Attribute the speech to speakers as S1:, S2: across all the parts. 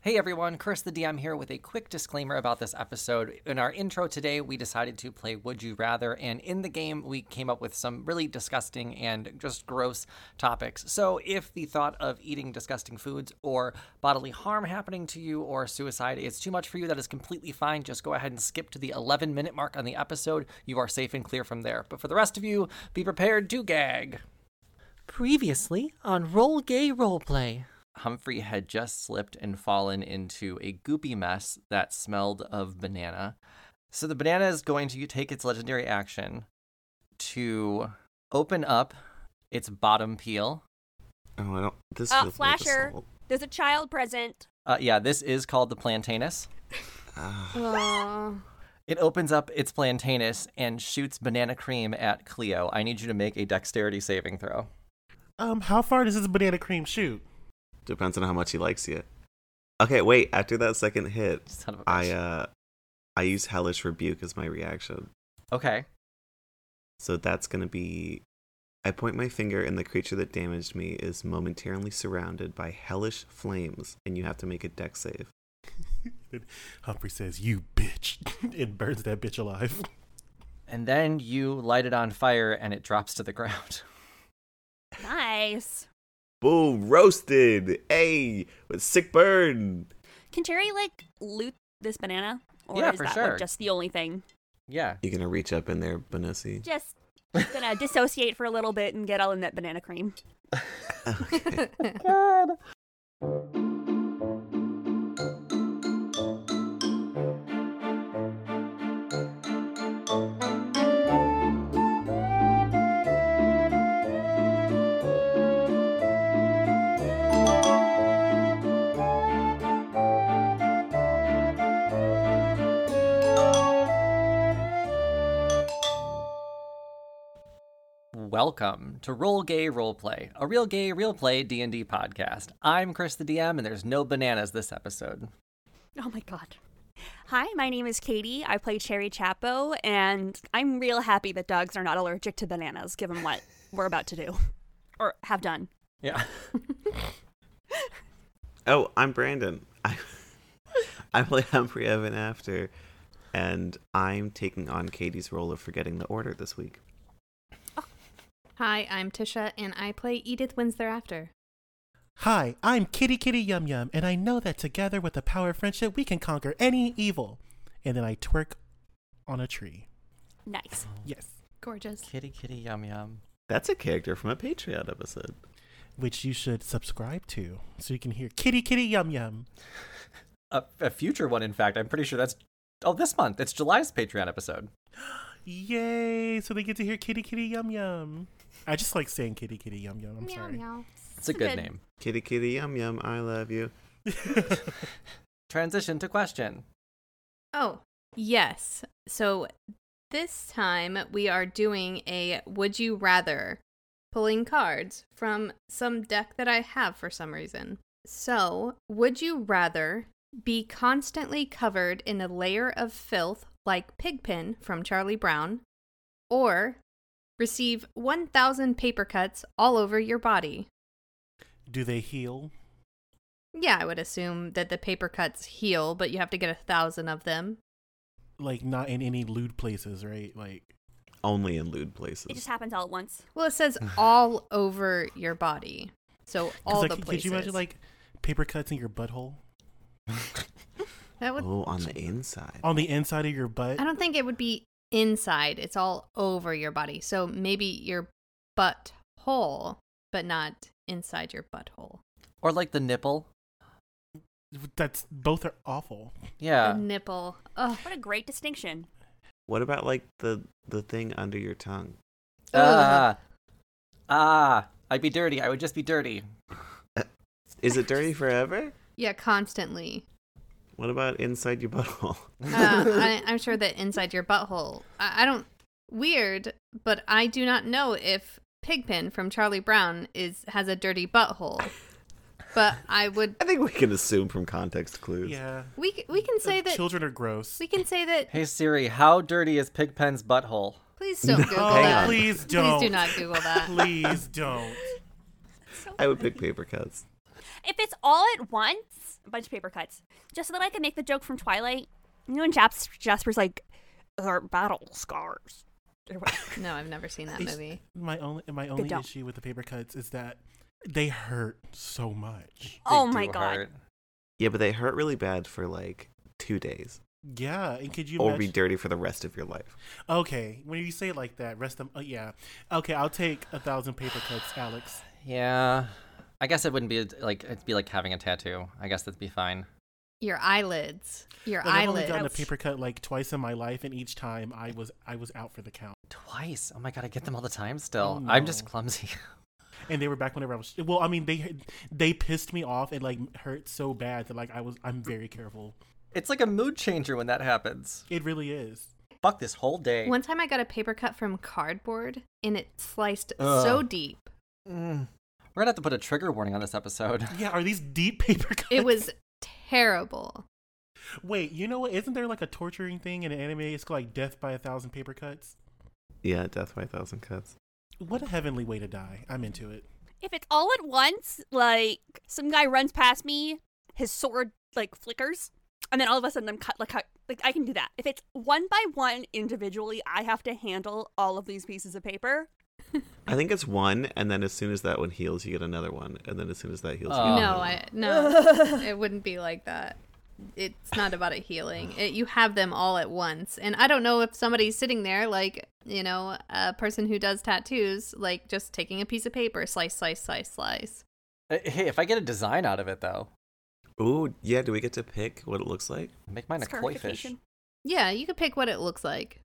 S1: Hey everyone, Chris the DM here with a quick disclaimer about this episode. In our intro today, we decided to play Would You Rather, and in the game, we came up with some really disgusting and just gross topics. So, if the thought of eating disgusting foods or bodily harm happening to you or suicide is too much for you, that is completely fine. Just go ahead and skip to the 11 minute mark on the episode. You are safe and clear from there. But for the rest of you, be prepared to gag.
S2: Previously on Roll Gay Roleplay.
S1: Humphrey had just slipped and fallen into a goopy mess that smelled of banana. So the banana is going to take its legendary action to open up its bottom peel.
S3: Oh, I don't. This
S4: Uh,
S3: feels
S4: Flasher.
S3: Like assault.
S4: There's a child present.
S1: Uh, yeah, this is called the plantainus.
S3: Ah,
S1: It opens up its plantainus and shoots banana cream at Cleo. I need you to make a dexterity saving throw.
S5: Um, how far does this banana cream shoot?
S3: depends on how much he likes you. Okay, wait. After that second hit,
S1: Son of a
S3: I
S1: bitch.
S3: uh, I use hellish rebuke as my reaction.
S1: Okay.
S3: So that's gonna be. I point my finger, and the creature that damaged me is momentarily surrounded by hellish flames, and you have to make a deck save.
S5: Humphrey says, "You bitch," and burns that bitch alive.
S1: And then you light it on fire and it drops to the ground.
S4: Nice.
S3: Boom! Roasted. Hey, with sick burn.
S4: Can Terry like loot this banana? Or
S1: Yeah,
S4: is
S1: for
S4: that
S1: sure.
S4: like, just the only thing?
S1: Yeah.
S3: You're gonna reach up in there, Benussi.
S4: Just gonna dissociate for a little bit and get all in that banana cream.
S3: Okay.
S1: Welcome to Roll Gay Roleplay, a real gay real play D&D podcast. I'm Chris the DM and there's no bananas this episode.
S4: Oh my god. Hi, my name is Katie. I play Cherry Chapo, and I'm real happy that dogs are not allergic to bananas, given what we're about to do or have done.
S1: Yeah.
S3: Oh, I'm Brandon. I I play Humphrey Evan after, and I'm taking on Katie's role of forgetting the order this week.
S6: Hi, I'm Tisha, and I play Edith Wins Thereafter.
S5: Hi, I'm Kitty Kitty Yum Yum, and I know that together with the power of friendship, we can conquer any evil. And then I twerk on a tree.
S4: Nice.
S5: Yes,
S6: Gorgeous.
S1: kitty kitty yum yum.
S3: That's a character from a Patreon episode.
S5: which you should subscribe to so you can hear Kitty Kitty Yum Yum.
S1: A, a future one in fact. I'm pretty sure that's Oh, this month. It's July's Patreon episode.
S5: Yay! So they get to hear Kitty Kitty Yum Yum. I just like saying Kitty Kitty Yum Yum. I'm
S6: meow
S5: sorry.
S6: meow.
S1: It's a
S4: It's
S1: good,
S4: good.
S1: name.
S3: Kitty Kitty Yum Yum, I love you.
S1: Transition to question.
S6: Oh, yes. So this time we are doing a would you rather pulling cards from some deck that I have for some reason. So, would you rather be constantly covered in a layer of filth like Pigpen from Charlie Brown or receive 1000 paper cuts all over your body?
S5: Do they heal?
S6: Yeah, I would assume that the paper cuts heal, but you have to get a thousand of them.
S5: Like not in any lewd places, right? Like
S3: Only in lewd places.
S4: It just happens all at once.
S6: Well, it says all over your body, so
S5: 'Cause,
S6: all
S5: like,
S6: the places.
S5: Could you imagine like paper cuts in your butthole
S6: that would?
S3: oh, on the inside.
S5: on the inside of your butt?
S6: I don't think it would be inside. It's all over your body, so maybe your butthole, but not inside your butthole.
S1: Or like the nipple.
S5: That's both are awful.
S6: The
S1: Yeah.
S6: nipple. Oh,
S4: What a great distinction.
S3: What about like the the thing under your tongue?
S1: Ah. Ah, I'd be dirty. I would just be dirty.
S3: Is it dirty forever?
S6: yeah, constantly.
S3: What about inside your butthole?
S6: Uh, I, I'm sure that inside your butthole. I, I don't. Weird, but I do not know if Pigpen from Charlie Brown is has a dirty butthole. But I would.
S3: I think we can assume from context clues.
S5: Yeah.
S6: We c- we can say
S5: Uh,
S6: that.
S5: children are gross.
S6: We can say that.
S1: Hey Siri, how dirty is Pigpen's butthole?
S6: Please don't Google
S5: Oh,
S6: that.
S5: please don't.
S6: Please do not Google that.
S5: Please don't.
S3: I would pick paper cuts.
S4: If it's all at once, a bunch of paper cuts, just so that I could make the joke from Twilight. You know, when Jasper, Jasper's like, "Our battle scars." Or whatever.
S6: No, I've never seen that
S5: It's-
S6: movie.
S5: My only my only
S4: don't.
S5: issue with the paper cuts is that they hurt so much.
S4: Oh
S1: They
S4: my
S1: do
S4: God.
S1: hurt.
S3: Yeah, but they hurt really bad for like two days,
S5: Yeah, and could you
S3: or be
S5: imagine-
S3: dirty for the rest of your life.
S5: Okay, when you say it like that, rest them. Oh, yeah. Okay, I'll take a thousand paper cuts, Alex.
S1: Yeah. I guess it wouldn't be like it'd be like having a tattoo. I guess that'd be fine.
S6: Your eyelids. Your
S5: Like, I've only
S6: eyelids.
S5: gotten a
S4: Ouch.
S5: paper cut like twice in my life, and each time I was I was out for the count.
S1: Twice. Oh my god, I get them all the time still.
S5: Oh,
S1: I'm just
S5: no.
S1: clumsy.
S5: And they were back whenever I was. Well, I mean, they they pissed me off and like hurt so bad that like I was. I'm very careful.
S1: it's like a mood changer when that happens.
S5: It really is.
S1: Fuck this whole day.
S6: One time I got a paper cut from cardboard and it sliced
S1: Ugh.
S6: so deep.
S1: Mm. We're gonna have to put a trigger warning on this episode.
S5: Yeah, are these deep paper cuts?
S6: It was terrible.
S5: Wait, you know what? Isn't there like a torturing thing in an anime? It's called like death by a thousand paper cuts.
S3: Yeah, death by a thousand cuts.
S5: What a heavenly way to die. I'm into it.
S4: If it's all at once, like some guy runs past me, his sword like flickers, and then all of a sudden I'm cut. Like, cut- like I can do that. If it's one by one individually, I have to handle all of these pieces of paper.
S3: I think it's one, and then as soon as that one heals, you get another one, and then as soon as that heals, you
S1: Oh.
S3: get
S6: No,
S3: another one.
S6: I no. it wouldn't be like that. It's not about it healing. It, you have them all at once, and I don't know if somebody's sitting there, like you know, a person who does tattoos, like just taking a piece of paper, slice, slice, slice, slice.
S1: Uh, Hey, if I get a design out of it though,
S3: Ooh, yeah. Do we get to pick what it looks like?
S1: make mine a koi fish.
S4: Scarification.
S6: Yeah, you could pick what it looks like.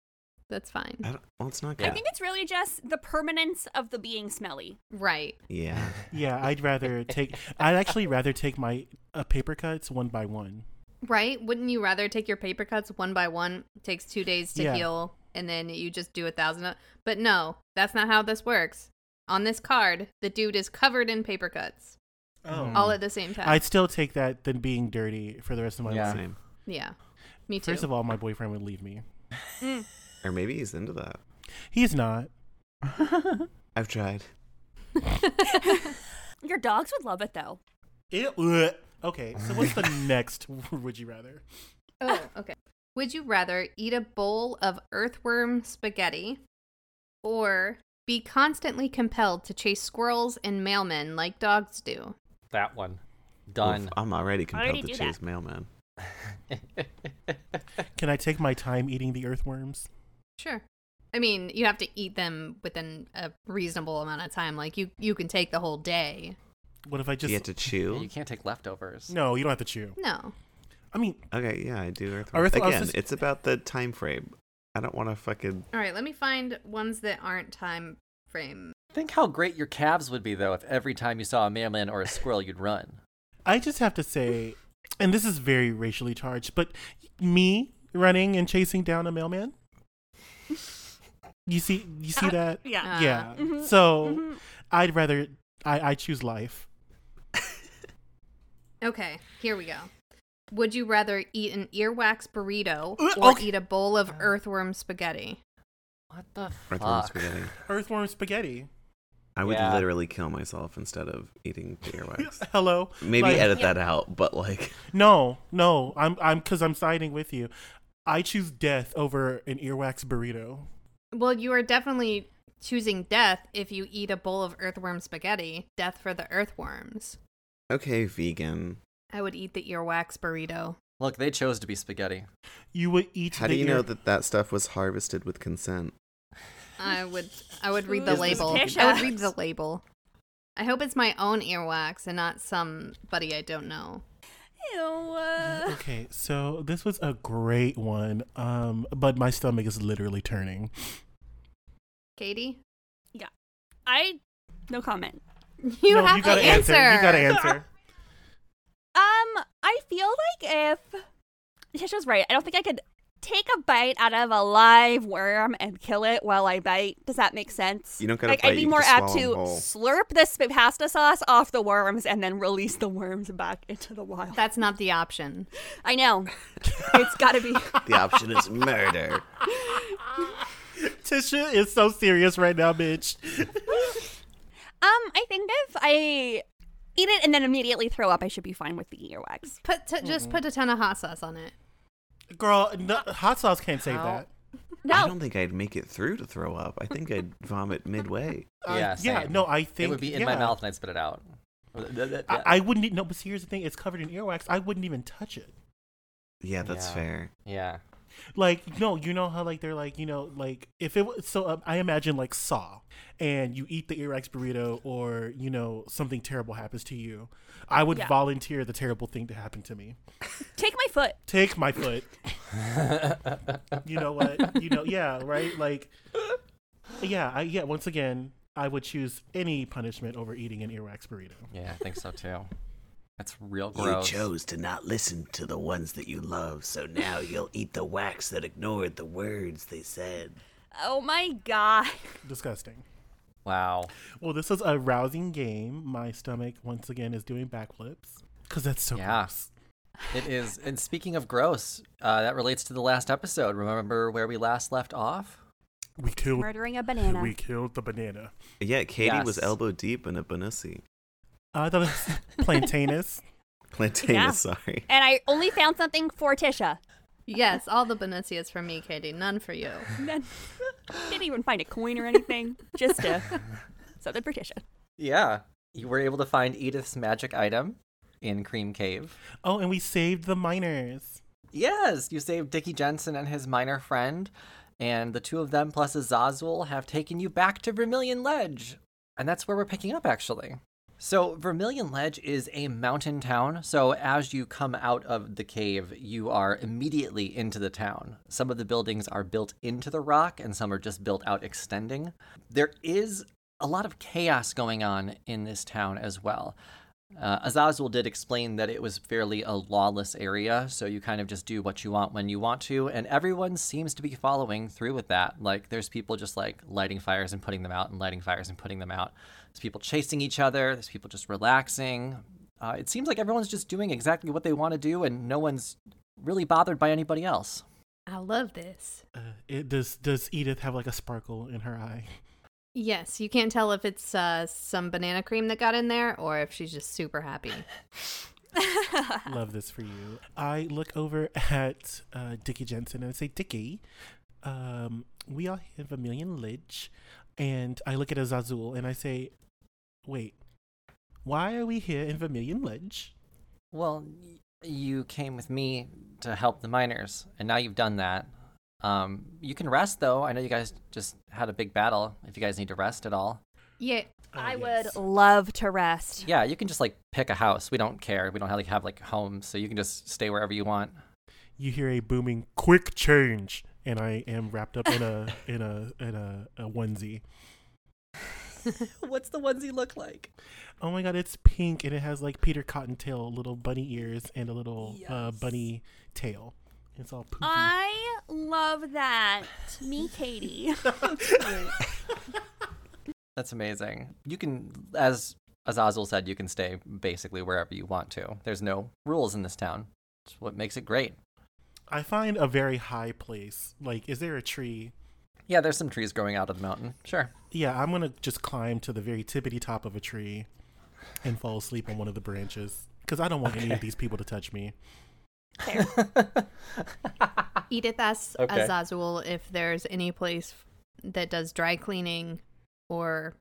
S6: That's fine.
S3: I don't, well, it's not
S1: I
S3: good.
S4: I think it's really just the permanence of the being smelly.
S6: Right.
S3: yeah.
S5: Yeah, I'd rather take. I'd actually rather take my uh, paper cuts one by one.
S6: Right? Wouldn't you rather take your paper cuts one by one? takes two days to
S5: Yeah.
S6: heal, and then you just do a thousand. o- But no, that's not how this works. On this card, the dude is covered in paper cuts
S1: Oh.
S5: Hmm.
S6: all at the same time.
S5: Mm. I'd still take that than being dirty for the rest of my
S1: Yeah.
S5: life.
S3: Same.
S6: yeah, me too.
S5: First of all, my boyfriend would leave me.
S3: Or maybe he's into that.
S5: He's not.
S3: I've tried.
S4: Your dogs would love it though.
S5: Ew. Ugh. Okay, so what's the next? Would you rather?
S6: oh, okay. Would you rather eat a bowl of earthworm spaghetti, or be constantly compelled to chase squirrels and mailmen like dogs do?
S1: That one. Done.
S3: Oof, I'm already compelled
S4: Already
S3: to
S4: do
S3: chase
S4: that.
S3: mailman.
S5: Can I take my time eating the earthworms?
S6: Sure. I mean, you have to eat them within a reasonable amount of time. Like you, you can take the whole day.
S5: What if I just?
S3: you have to
S1: Yeah,
S3: chew.
S1: you can't take leftovers.
S5: No, you don't have to chew.
S6: No.
S5: I mean,
S3: Okay, yeah, I do Earthworm.
S5: Earthworm- I was
S3: Again,
S5: just-
S3: it's about the time frame. I don't want to fucking.
S6: All right, let me find ones that aren't time frame.
S1: Think how great your calves would be though if every time you saw a mailman or a squirrel you'd run.
S5: I just have to say, and this is very racially charged, but me running and chasing down a mailman. You see, you see that?
S4: Yeah.
S6: Uh,
S5: yeah.
S1: mm-hmm,
S4: Mhm,
S5: So
S4: mhm.
S5: I'd rather I I choose life.
S6: Okay, here we go. Would you rather eat an earwax burrito
S5: Uh,
S6: or
S5: okay.
S6: eat a bowl of earthworm spaghetti?
S1: What the
S3: Earthworm
S1: fuck?
S3: spaghetti.
S5: Earthworm spaghetti.
S3: I would
S1: Yeah.
S3: literally kill myself instead of eating the earwax.
S5: Hello.
S3: Maybe
S5: Like-
S3: edit that out, but like,
S5: No, no. I'm I'm because I'm siding with you. I choose death over an earwax burrito.
S6: Well, you are definitely choosing death if you eat a bowl of earthworm spaghetti. Death for the earthworms.
S3: okay, vegan.
S6: I would eat the earwax burrito.
S1: Look, they chose to be spaghetti.
S5: You would eat.
S3: How
S5: the
S3: do you
S5: ear-
S3: know that that stuff was harvested with consent?
S6: I would I would read the
S4: Is
S3: this
S6: label.
S4: Tish
S6: I would
S4: Axe?
S6: read the label. I hope it's my own earwax and not somebody I don't know.
S4: Ew. uh,
S5: Okay, so this was a great one, um, but my stomach is literally turning.
S6: Katie?
S4: I no comment.
S6: You
S5: No,
S6: have
S5: you gotta
S6: to answer.
S5: You gotta answer.
S4: Um, I feel like if Tisha's right, I don't think I could take a bite out of a live worm and kill it while I bite. Does that make sense?
S3: You don't gotta
S4: like
S3: bite,
S4: I'd be
S3: you
S4: more
S3: just
S4: apt
S3: swallow 'em
S4: to
S3: whole.
S4: slurp the sp- pasta sauce off the worms and then release the worms back into the wild.
S6: That's not the option.
S4: I know. it's got to be. Um,
S3: The option is murder.
S5: Tisha is so serious right now, bitch.
S4: Um, I think if I eat it and then immediately throw up, I should be fine with the earwax.
S6: Put t- just put a ton of hot sauce on it.
S5: Girl, no, hot sauce can't save that.
S3: I
S4: No,
S3: don't think I'd make it through to throw up. I think I'd vomit midway.
S5: Uh,
S1: Yeah,
S5: yeah.
S1: same.
S5: No, I think
S1: it would be in my
S5: yeah.
S1: mouth and I'd spit it out.
S5: I, I wouldn't. e- No, but see, here's the thing: it's covered in earwax. I wouldn't even touch it.
S3: Yeah, that's
S1: Yeah.
S3: fair.
S1: yeah.
S5: Like, no, you know how like they're like, you know, like if it was so. Um, I imagine like Saw, and you eat the earwax burrito, or you know something terrible happens to you. I would
S4: Yeah.
S5: volunteer the terrible thing to happen to me.
S4: take my foot.
S5: Take my foot. you know what? You know, yeah, right. Like, yeah, I, yeah. Once again, I would choose any punishment over eating an earwax burrito.
S1: Yeah, I think so too. That's real gross.
S7: You chose to not listen to the ones that you love, so now you'll eat the wax that ignored the words they said.
S4: Oh my god.
S5: Disgusting.
S1: Wow.
S5: Well, this is a rousing game. My stomach once again is doing backflips because that's so
S1: Yeah.
S5: gross.
S1: It is. And speaking of gross, uh, that relates to the last episode. Remember where we last left off?
S5: We killed.
S4: Murdering a banana.
S5: We killed the banana.
S3: Yeah, Katie was
S1: Yes.
S3: elbow deep in a banussi.
S5: I thought it was Uh, plantainus.
S3: Plantain,
S4: Yeah.
S3: sorry.
S4: And I only found something for Tisha.
S6: Yes, all the Benuncias for me, Katie. None for you.
S4: None. Didn't even find a coin or anything. Just a something for Tisha.
S1: Yeah. You were able to find Edith's magic item in Cream Cave.
S5: Oh, and we saved the miners.
S1: Yes, you saved Dickie Jensen and his minor friend, and the two of them plus Azazul have taken you back to Vermilion Ledge. And that's where we're picking up, actually. So, Vermilion Ledge is a mountain town. So, as you come out of the cave, you are immediately into the town. Some of the buildings are built into the rock, and some are just built out extending. There is a lot of chaos going on in this town as well. Uh, Azazul did explain that it was fairly a lawless area, so you kind of just do what you want when you want to, and everyone seems to be following through with that. Like, there's people just like lighting fires and putting them out, and lighting fires and putting them out. There's people chasing each other, there's people just relaxing. Uh, it seems like everyone's just doing exactly what they want to do, and no one's really bothered by anybody else.
S6: I love this.
S5: Uh, it, does does Edith have like a sparkle in her eye?
S6: Yes, you can't tell if it's uh, some banana cream that got in there or if she's just super happy.
S4: Uh-huh.
S5: Love this for you. I look over at uh, Dickie Jensen and I say, Dickie, um, we all have a million lidge. And I look at Azazul and I say, wait, why are we here in Vermilion Ledge?
S1: Well, y- you came with me to help the miners, and now you've done that. Um, you can rest though. I know you guys just had a big battle. If you guys need to rest at all,
S6: Yeah,
S5: Oh,
S4: I
S5: yes.
S4: would love to rest.
S1: yeah, you can just like pick a house. We don't care. We don't have, like have like homes, so you can just stay wherever you want.
S5: You hear a booming, quick change, and I am wrapped up in a in a in a, a onesie.
S1: What's the onesie look like?
S5: Oh my god, it's pink and it has like Peter Cottontail little bunny ears and a little uh, bunny tail. It's all poofy.
S4: I love that. Me, Katie.
S1: That's amazing. You can, as as Ozzel said, you can stay basically wherever you want to. There's no rules in this town. It's what makes it great.
S5: I find a very high place. Like, is there a tree?
S1: Yeah, there's some trees growing out of the mountain. Sure.
S5: Yeah, I'm gonna just climb to the very tippity top of a tree and fall asleep on one of the branches because I don't want any of these people to touch me.
S6: Edith asks
S1: Okay.
S6: Azazel if there's any place that does dry cleaning or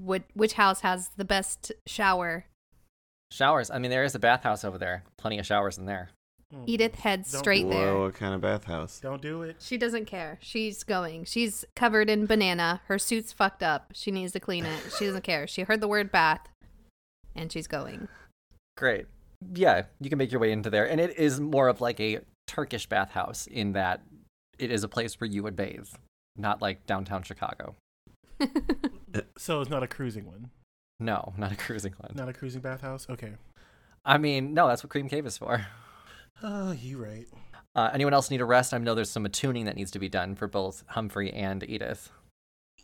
S6: which, which house has the best shower.
S1: Showers. I mean, there is a bathhouse over there. Plenty of showers in there.
S6: Edith heads
S5: Don't-
S6: straight
S3: Whoa,
S6: there.
S3: what kind of bathhouse?
S5: Don't do it.
S6: She doesn't care. She's going. She's covered in banana. Her suit's fucked up. She needs to clean it. She doesn't care. She heard the word bath and she's going.
S1: Great. Yeah, you can make your way into there. And it is more of like a Turkish bathhouse in that it is a place where you would bathe, not like downtown Chicago.
S5: So it's not a cruising one,
S1: No, not a cruising one.
S5: not a cruising bathhouse. Okay.
S1: I mean, no, that's what Cream Cave is for.
S5: Oh, you right.
S1: Uh, anyone else need a rest? I know there's some attuning that needs to be done for both Humphrey and Edith.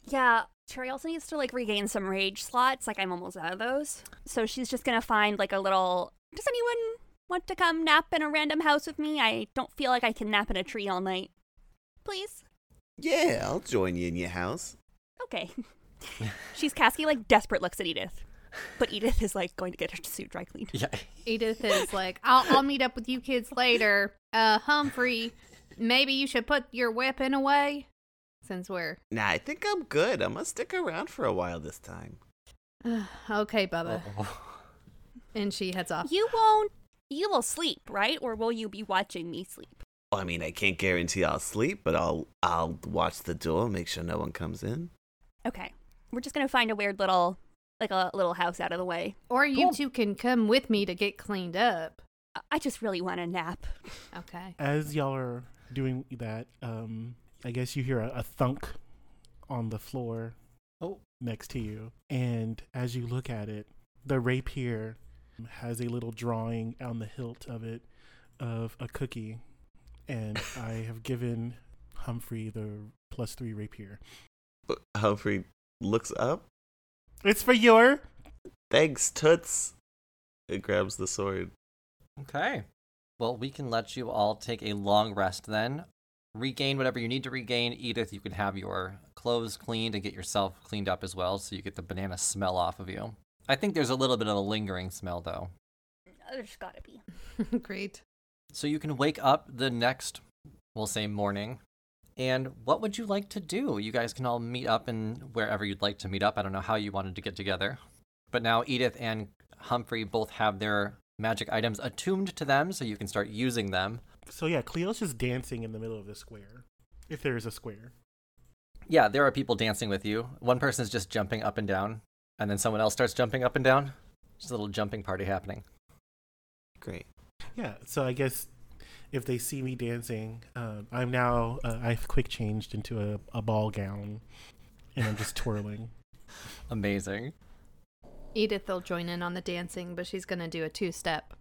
S4: yeah. Terry also needs to like regain some rage slots. Like I'm almost out of those. So she's just gonna find like a little. Does anyone want to come nap in a random house with me? I don't feel like I can nap in a tree all night. Please.
S3: Yeah, I'll join you in your house.
S4: Okay. she's Cassie like desperate looks at Edith. But Edith is like going to get her suit dry cleaned.
S1: Yeah.
S6: Edith is like, I'll, I'll meet up with you kids later. Uh, Humphrey, maybe you should put your weapon away. Since we're.
S3: Nah, I think I'm good. I'm gonna stick around for a while this time.
S6: okay, Bubba.
S1: Uh-oh.
S6: And she heads off.
S4: You won't. You will sleep, right? Or will you be watching me sleep?
S3: Well, I mean, I can't guarantee I'll sleep, but I'll I'll watch the door, make sure no one comes in.
S4: Okay. We're just gonna find a weird little, like a little house out of the way.
S6: Or you
S4: Cool.
S6: two can come with me to get cleaned up.
S4: I- I just really want a nap.
S6: Okay.
S5: As y'all are doing that, um, I guess you hear a, a thunk on the floor
S1: Oh.
S5: next to you. And as you look at it, the rapier has a little drawing on the hilt of it of a cookie. And I have given Humphrey the plus three rapier.
S3: But Humphrey looks up.
S5: It's for your.
S3: Thanks, Toots. It grabs the sword.
S1: Okay. Well, we can let you all take a long rest then. Regain whatever you need to regain. Edith, you can have your clothes cleaned and get yourself cleaned up as well so you get the banana smell off of you. I think there's a little bit of a lingering smell though.
S4: There's gotta be.
S6: Great.
S1: So you can wake up the next, we'll say morning. And what would you like to do? You guys can all meet up in wherever you'd like to meet up. I don't know how you wanted to get together. But now Edith and Humphrey both have their magic items attuned to them, so you can start using them.
S5: So yeah, Cleo's just dancing in the middle of the square. If there is a square.
S1: Yeah, there are people dancing with you. One person's just jumping up and down, and then someone else starts jumping up and down. Just a little jumping party happening.
S3: Great.
S5: Yeah, so I guess if they see me dancing, um, I'm now uh, I've quick changed into a, a ball gown, and I'm just twirling.
S1: Amazing.
S6: Edith will join in on the dancing, but she's going to do a two step.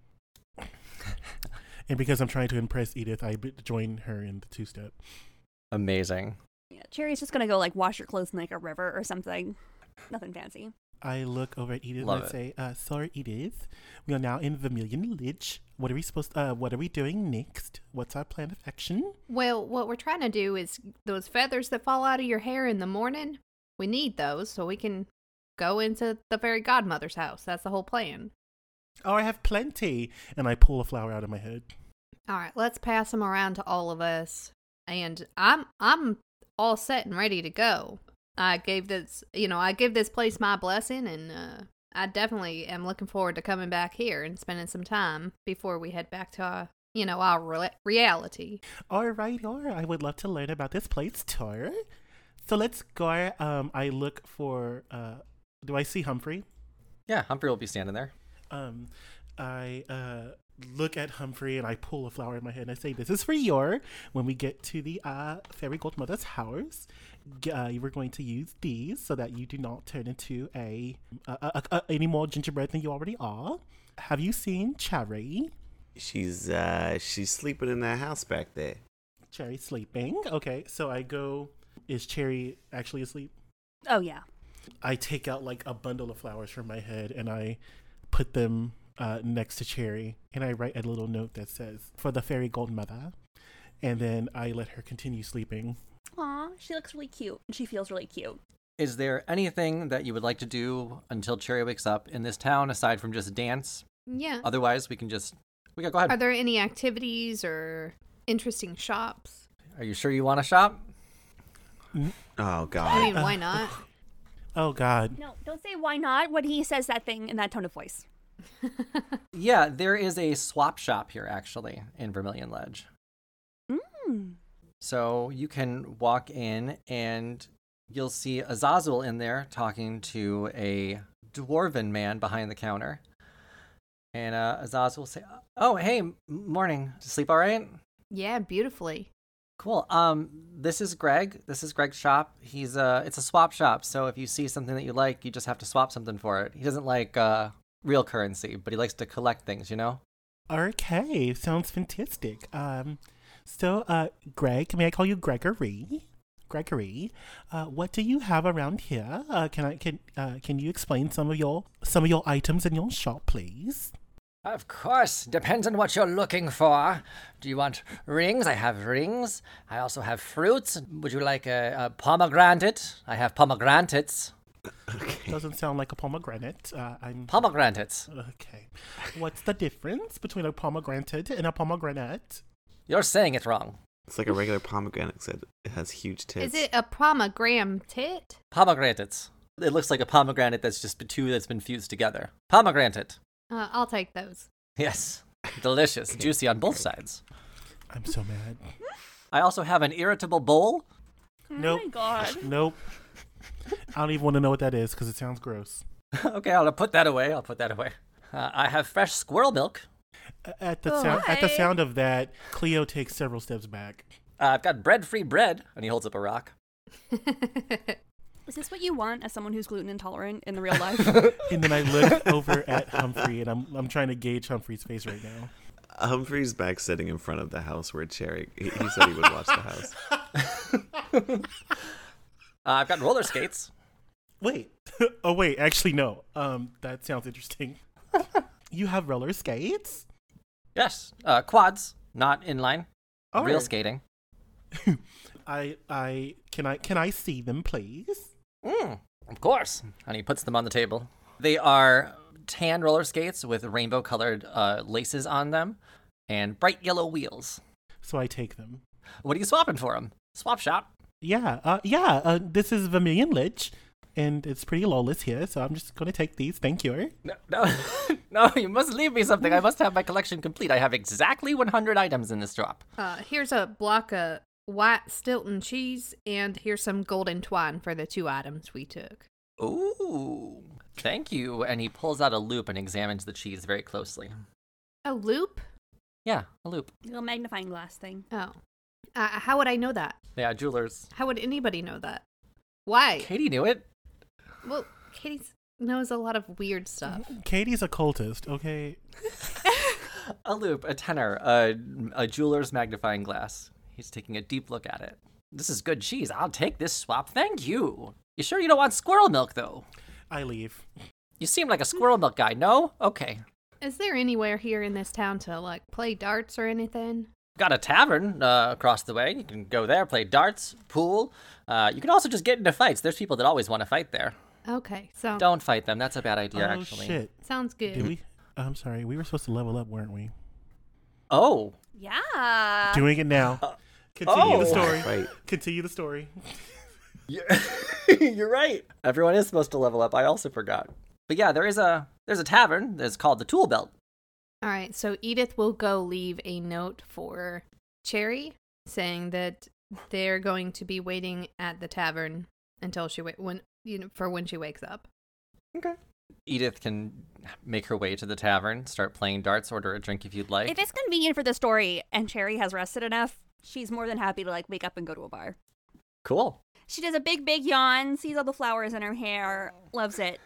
S5: And because I'm trying to impress Edith, I b- join her in the two step.
S1: Amazing.
S4: Yeah, Cherry's just gonna go like wash your clothes in like a river or something. Nothing fancy.
S5: I look over at Edith
S1: Love
S5: and I
S1: it.
S5: say, uh, "Sorry, Edith, we are now in Vermilion Ledge. What are we supposed? uh, what are we doing next? What's our plan of action?
S6: Well, what we're trying to do is those feathers that fall out of your hair in the morning, we need those so we can go into the fairy godmother's house. That's the whole plan.
S5: Oh, I have plenty!" And I pull a flower out of my head.
S6: All right, let's pass them around to all of us. And I'm I'm all set and ready to go. I gave this, you know, I give this place my blessing and uh I definitely am looking forward to coming back here and spending some time before we head back to our, you know, our re- reality.
S5: All right, or I would love to learn about this place, Tor. So let's go. Um, I look for. Uh, do I see Humphrey?
S1: Yeah, Humphrey will be standing there.
S5: Um, I uh, look at Humphrey and I pull a flower in my head and I say, "This is for your." When we get to the uh, fairy godmother's house, g- uh, you are going to use these so that you do not turn into a, a, a, a any more gingerbread than you already are. Have you seen Cherry?
S3: She's uh she's sleeping in that house back there.
S5: Cherry sleeping. Okay, so I go. Is Cherry actually asleep?
S4: Oh yeah.
S5: I take out like a bundle of flowers from my head and I put them uh, next to Cherry and I write a little note that says for the fairy godmother, and then I let her continue sleeping.
S4: Aw, she looks really cute. She feels really cute.
S1: Is there anything that you would like to do until Cherry wakes up in this town aside from just dance?
S6: Yeah.
S1: Otherwise, we can just. We got go ahead.
S6: Are there any activities or interesting shops?
S1: Are you sure you want to shop?
S3: Oh
S6: I
S3: god.
S6: mean, why not?
S5: Uh, Oh God!
S4: No, don't say why not when he says that thing in that tone of voice.
S1: Yeah, there is a swap shop here actually in Vermilion Ledge.
S4: Mm.
S1: So you can walk in and you'll see Azazel in there talking to a dwarven man behind the counter. And uh, Azazel will say, "Oh, hey, m- morning. Sleep all right?
S6: Yeah, beautifully.
S1: Cool. Um, this is Greg. This is Greg's shop. He's uh, it's a swap shop. So if you see something that you like, you just have to swap something for it. He doesn't like uh, real currency, but he likes to collect things. You know?
S5: Okay, sounds fantastic. Um, so uh, Greg, may I call you Gregory? Gregory, uh, what do you have around here? Uh, can I can uh, can you explain some of your some of your items in your shop, please?
S1: Of course. Depends on what you're looking for. Do you want rings? I have rings. I also have fruits. Would you like a, a pomegranate? I have pomegranates.
S3: Okay.
S5: Doesn't sound like a pomegranate. Uh, I'm
S1: Pomegranates.
S5: Okay. What's the difference between a pomegranate and a pomegranate?
S1: You're saying it wrong.
S3: It's like a regular pomegranate, except it has huge tits.
S6: Is it a pomegranate? tit?
S1: Pomegranates. It looks like a pomegranate that's just been two that's been fused together. Pomegranate.
S6: Uh, I'll take those.
S1: Yes. Delicious. Juicy on both sides.
S5: I'm so mad.
S1: I also have an irritable bowl.
S5: Nope.
S4: Oh my god.
S5: Nope. I don't even want to know what that is because it sounds gross.
S1: okay, I'll put that away. I'll put that away. Uh, I have fresh squirrel milk.
S5: A- At the sound, at the
S4: Why?
S5: sound of that, Cleo takes several steps back.
S1: Uh, I've got bread free bread. And he holds up a rock.
S4: Is this what you want as someone who's gluten intolerant in the real life?
S5: And then I look over at Humphrey, and I'm I'm trying to gauge Humphrey's face right now.
S3: Humphrey's back sitting in front of the house where Cherry. He, he said he would watch the house.
S1: Uh, I've got roller skates.
S5: Wait. oh wait, actually no. Um, that sounds interesting. you have roller skates?
S1: Yes. Uh, quads. Not inline.
S5: Oh.
S1: Real skating.
S5: I I can I can I see them, please?
S1: Mm, of course. And he puts them on the table. They are tan roller skates with rainbow colored uh, laces on them and bright yellow wheels.
S5: So I take them.
S1: What are you swapping for them? Swap shop.
S5: Yeah, uh, yeah. Uh, this is Vermilion Lich, and it's pretty lawless here, so I'm just gonna take these. Thank you.
S1: No, no, no, you must leave me something. I must have my collection complete. I have exactly 100 items in this drop.
S6: Uh, here's a block of white Stilton cheese, and here's some golden twine for the two items we took.
S1: Ooh, thank you. And he pulls out a loop and examines the cheese very closely.
S6: A loop?
S1: Yeah, a loop.
S4: Little magnifying glass thing.
S6: Oh. Uh, how would I know that?
S1: Yeah, jewelers.
S6: How would anybody know that? Why?
S1: Katie knew it.
S6: well, Katie knows a lot of weird stuff.
S5: Katie's a cultist, okay?
S1: A loop, a tenor, a, a jeweler's magnifying glass. He's taking a deep look at it. This is good cheese. I'll take this swap. Thank you. You sure you don't want squirrel milk, though?
S5: I leave.
S1: You seem like a squirrel milk guy, no? Okay.
S6: Is there anywhere here in this town to like play darts or anything?
S1: Got a tavern uh, across the way. You can go there, play darts, pool. Uh, you can also just get into fights. There's people that always want to fight there.
S6: Okay, so
S1: Don't fight them. That's a bad idea,
S5: oh
S1: actually.
S5: shit!
S6: sounds
S5: Did
S6: good.
S5: we? I'm sorry. We were supposed to level up, weren't we?
S1: Oh,
S4: Yeah.
S5: Doing it now. Continue
S1: uh, oh.
S5: the story.
S3: Right.
S5: Continue the story.
S1: You're right. Everyone is supposed to level up. I also forgot. But yeah, there is a there's a tavern that's called the Tool Belt.
S6: All right, so Edith will go leave a note for Cherry saying that they're going to be waiting at the tavern until she wa- when you know for when she wakes up.
S1: Okay. Edith can make her way to the tavern, start playing darts, order a drink if you'd like.
S4: If it's convenient for the story and Cherry has rested enough, she's more than happy to like wake up and go to a bar.
S1: cool.
S4: She does a big, big yawn, sees all the flowers in her hair, loves it.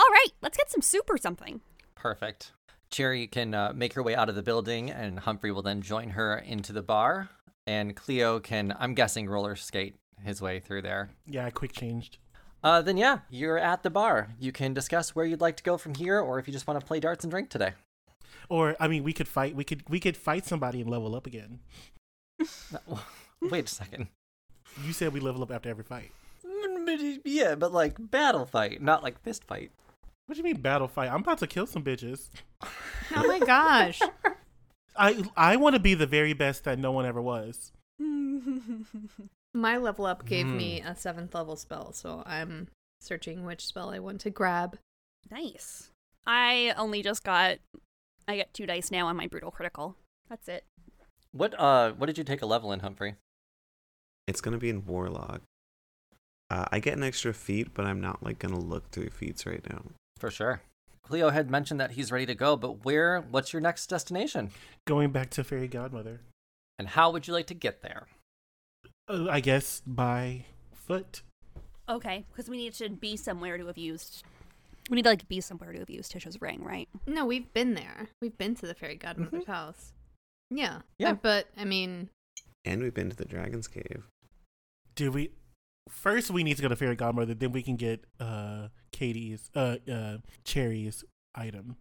S4: All right, let's get some soup or something.
S1: Perfect. Cherry can uh, make her way out of the building, and Humphrey will then join her into the bar. And Cleo can, I'm guessing, roller skate his way through there.
S5: Yeah, I quick changed.
S1: Uh, then, yeah, you're at the bar. You can discuss where you'd like to go from here, or if you just want to play darts and drink today.
S5: Or I mean, we could fight. We could we could fight somebody and level up again.
S1: No, Wait a second.
S5: You said we level up after every fight.
S1: Yeah, but like battle fight, not like fist fight.
S5: What do you mean battle fight? I'm about to kill some bitches.
S6: Oh my gosh.
S5: I I want to be the very best that no one ever was.
S6: My level up gave
S1: Hmm.
S6: me a 7th level spell, so I'm searching which spell I want to grab.
S4: Nice. I only just got, I got two dice now on my brutal critical. That's it.
S1: What uh, what did you take a level in, Humphrey?
S3: It's gonna be in Warlock. Uh, I get an extra feat, but I'm not like gonna look through feats right now.
S1: For sure. Cleo had mentioned that he's ready to go, but where? What's your next destination?
S5: Going back to fairy godmother.
S1: And how would you like to get there?
S5: Uh, I guess by foot.
S4: Okay, because we need to be somewhere to have used. We need to like be somewhere to have used Tisha's ring, right?
S6: No, we've been there. We've been to the fairy godmother's house. Mm-hmm. Yeah.
S1: Yeah.
S6: Uh, But I mean,
S3: And we've been to the Dragon's Cave.
S5: Do we? First, we need to go to fairy godmother. Then we can get uh Katie's uh uh Cherry's item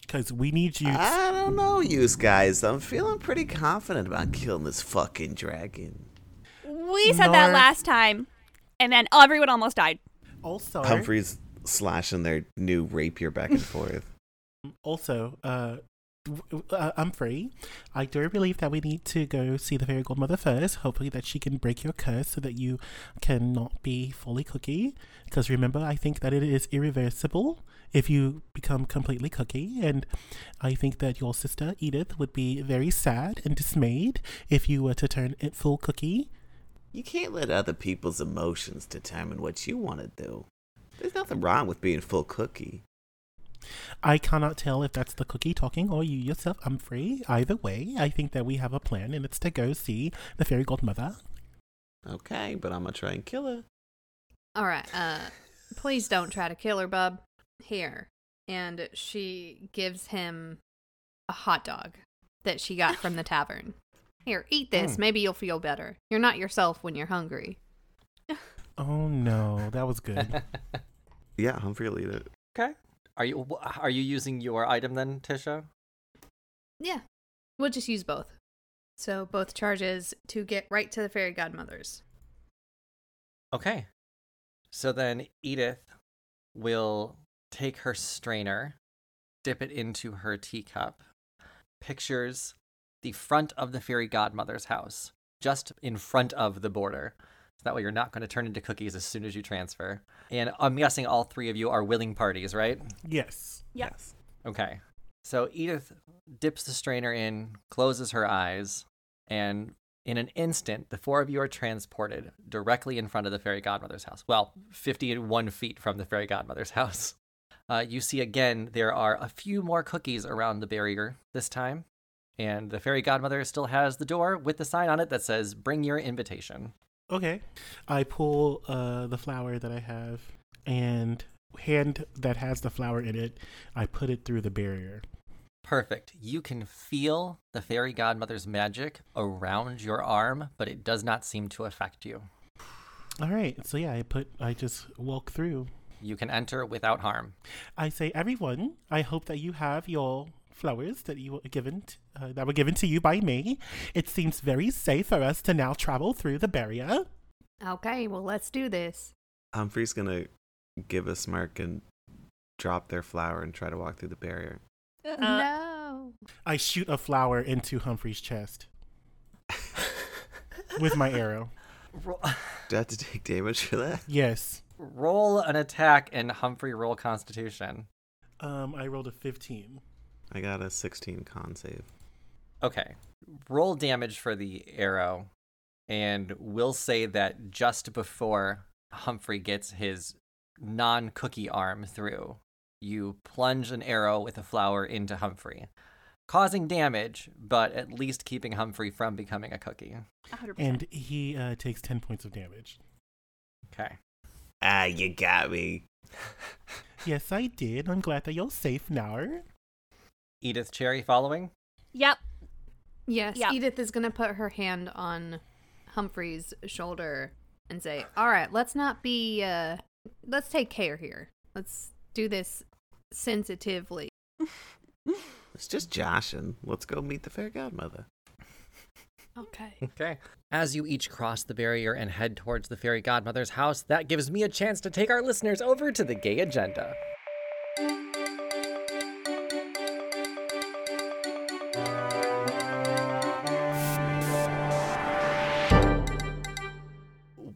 S5: because we need you.
S3: Ah.
S7: I don't know, you guys. I'm feeling pretty confident about killing this fucking dragon.
S4: We said that
S5: Nor-
S4: last time, and then everyone almost died.
S5: Also,
S3: Humphreys slashing their new rapier back and forth.
S5: also, uh, w- w- uh, I'm free. I do believe that we need to go see the fairy godmother first. Hopefully, that she can break your curse so that you cannot be fully cookie. Because remember, I think that it is irreversible if you become completely cookie. And I think that your sister Edith would be very sad and dismayed if you were to turn it full cookie.
S7: You can't let other people's emotions determine what you want to do. There's nothing wrong with being full cookie.
S5: I cannot tell if that's the cookie talking or you yourself. I'm free. Either way, I think that we have a plan, and it's to go see the fairy godmother.
S7: Okay, but I'm gonna try and kill her.
S6: All right. Uh, please don't try to kill her, bub. Here. And she gives him a hot dog that she got from the tavern. Here, eat this.
S1: Mm.
S6: Maybe you'll feel better. You're not yourself when you're hungry.
S5: Oh no, that was good.
S3: Yeah, Humphrey will eat it.
S1: okay. Are you wh- are you using your item then, Tisha?
S6: Yeah. We'll just use both. So both charges to get right to the fairy godmother's.
S1: Okay. So then Edith will take her strainer, dip it into her teacup, pictures the front of the fairy godmother's house, just in front of the border. So that way you're not going to turn into cookies as soon as you transfer. And I'm guessing all three of you are willing parties, right?
S5: yes.
S4: Yep.
S3: Yes.
S1: Okay. So Edith dips the strainer in, closes her eyes, and in an instant, the four of you are transported directly in front of the fairy godmother's house. Well, 51 feet from the fairy godmother's house. Uh, you see again, there are a few more cookies around the barrier this time. And the fairy godmother still has the door with the sign on it that says, Bring your invitation.
S5: Okay. I pull uh, the flower that I have and hand that has the flower in it. I put it through the barrier.
S1: Perfect. You can feel the fairy godmother's magic around your arm, but it does not seem to affect you.
S5: All right. So yeah, I put. I just walk through.
S1: You can enter without harm.
S5: I say, everyone. I hope that you have your flowers that you were given t- uh, that were given to you by me. It seems very safe for us to now travel through the barrier.
S6: Okay, well, let's do this.
S3: Humphrey's gonna give a smirk and drop their flower and try to walk through the barrier.
S4: Uh,
S6: no.
S5: I shoot a flower into Humphrey's chest with my arrow.
S1: Roll,
S3: Do I have to take damage for that?
S5: Yes.
S1: roll an attack and Humphrey roll Constitution.
S5: Um, I rolled a fifteen.
S3: I got a 16 con save.
S1: Okay. Roll damage for the arrow. And we'll say that just before Humphrey gets his non cookie arm through, you plunge an arrow with a flower into Humphrey, causing damage, but at least keeping Humphrey from becoming a cookie.
S4: 100%.
S5: and he uh, takes 10 points of damage.
S1: Okay.
S7: Ah, you got me.
S5: Yes, I did. I'm glad that you're safe now.
S1: Edith Cherry following?
S4: yep.
S6: Yes,
S4: Yeah.
S6: Edith is going to put her hand on Humphrey's shoulder and say, "All right, let's not be uh let's take care here. Let's do this sensitively."
S7: It's just joshing. Let's go meet the fair godmother.
S6: Okay.
S1: Okay. As you each cross the barrier and head towards the fairy godmother's house, that gives me a chance to take our listeners over to the gay agenda.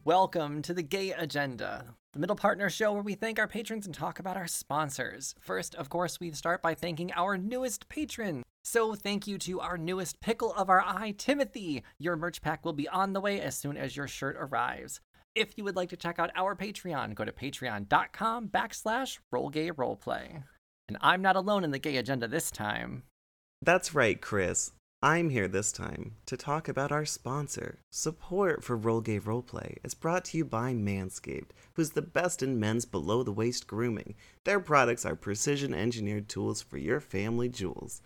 S1: Welcome to the Gay Agenda, the middle partner show where we thank our patrons and talk about our sponsors. First, of course, we start by thanking our newest patron. So, thank you to our newest pickle of our eye, Timothy. Your merch pack will be on the way as soon as your shirt arrives. If you would like to check out our Patreon, go to patreon.com backslash rollgayroleplay. And I'm not alone in the gay agenda this time.
S3: That's right, Chris. I'm here this time to talk about our sponsor. Support for Roll Gay Roleplay is brought to you by Manscaped, who's the best in men's below the waist grooming. Their products are precision engineered tools for your family jewels.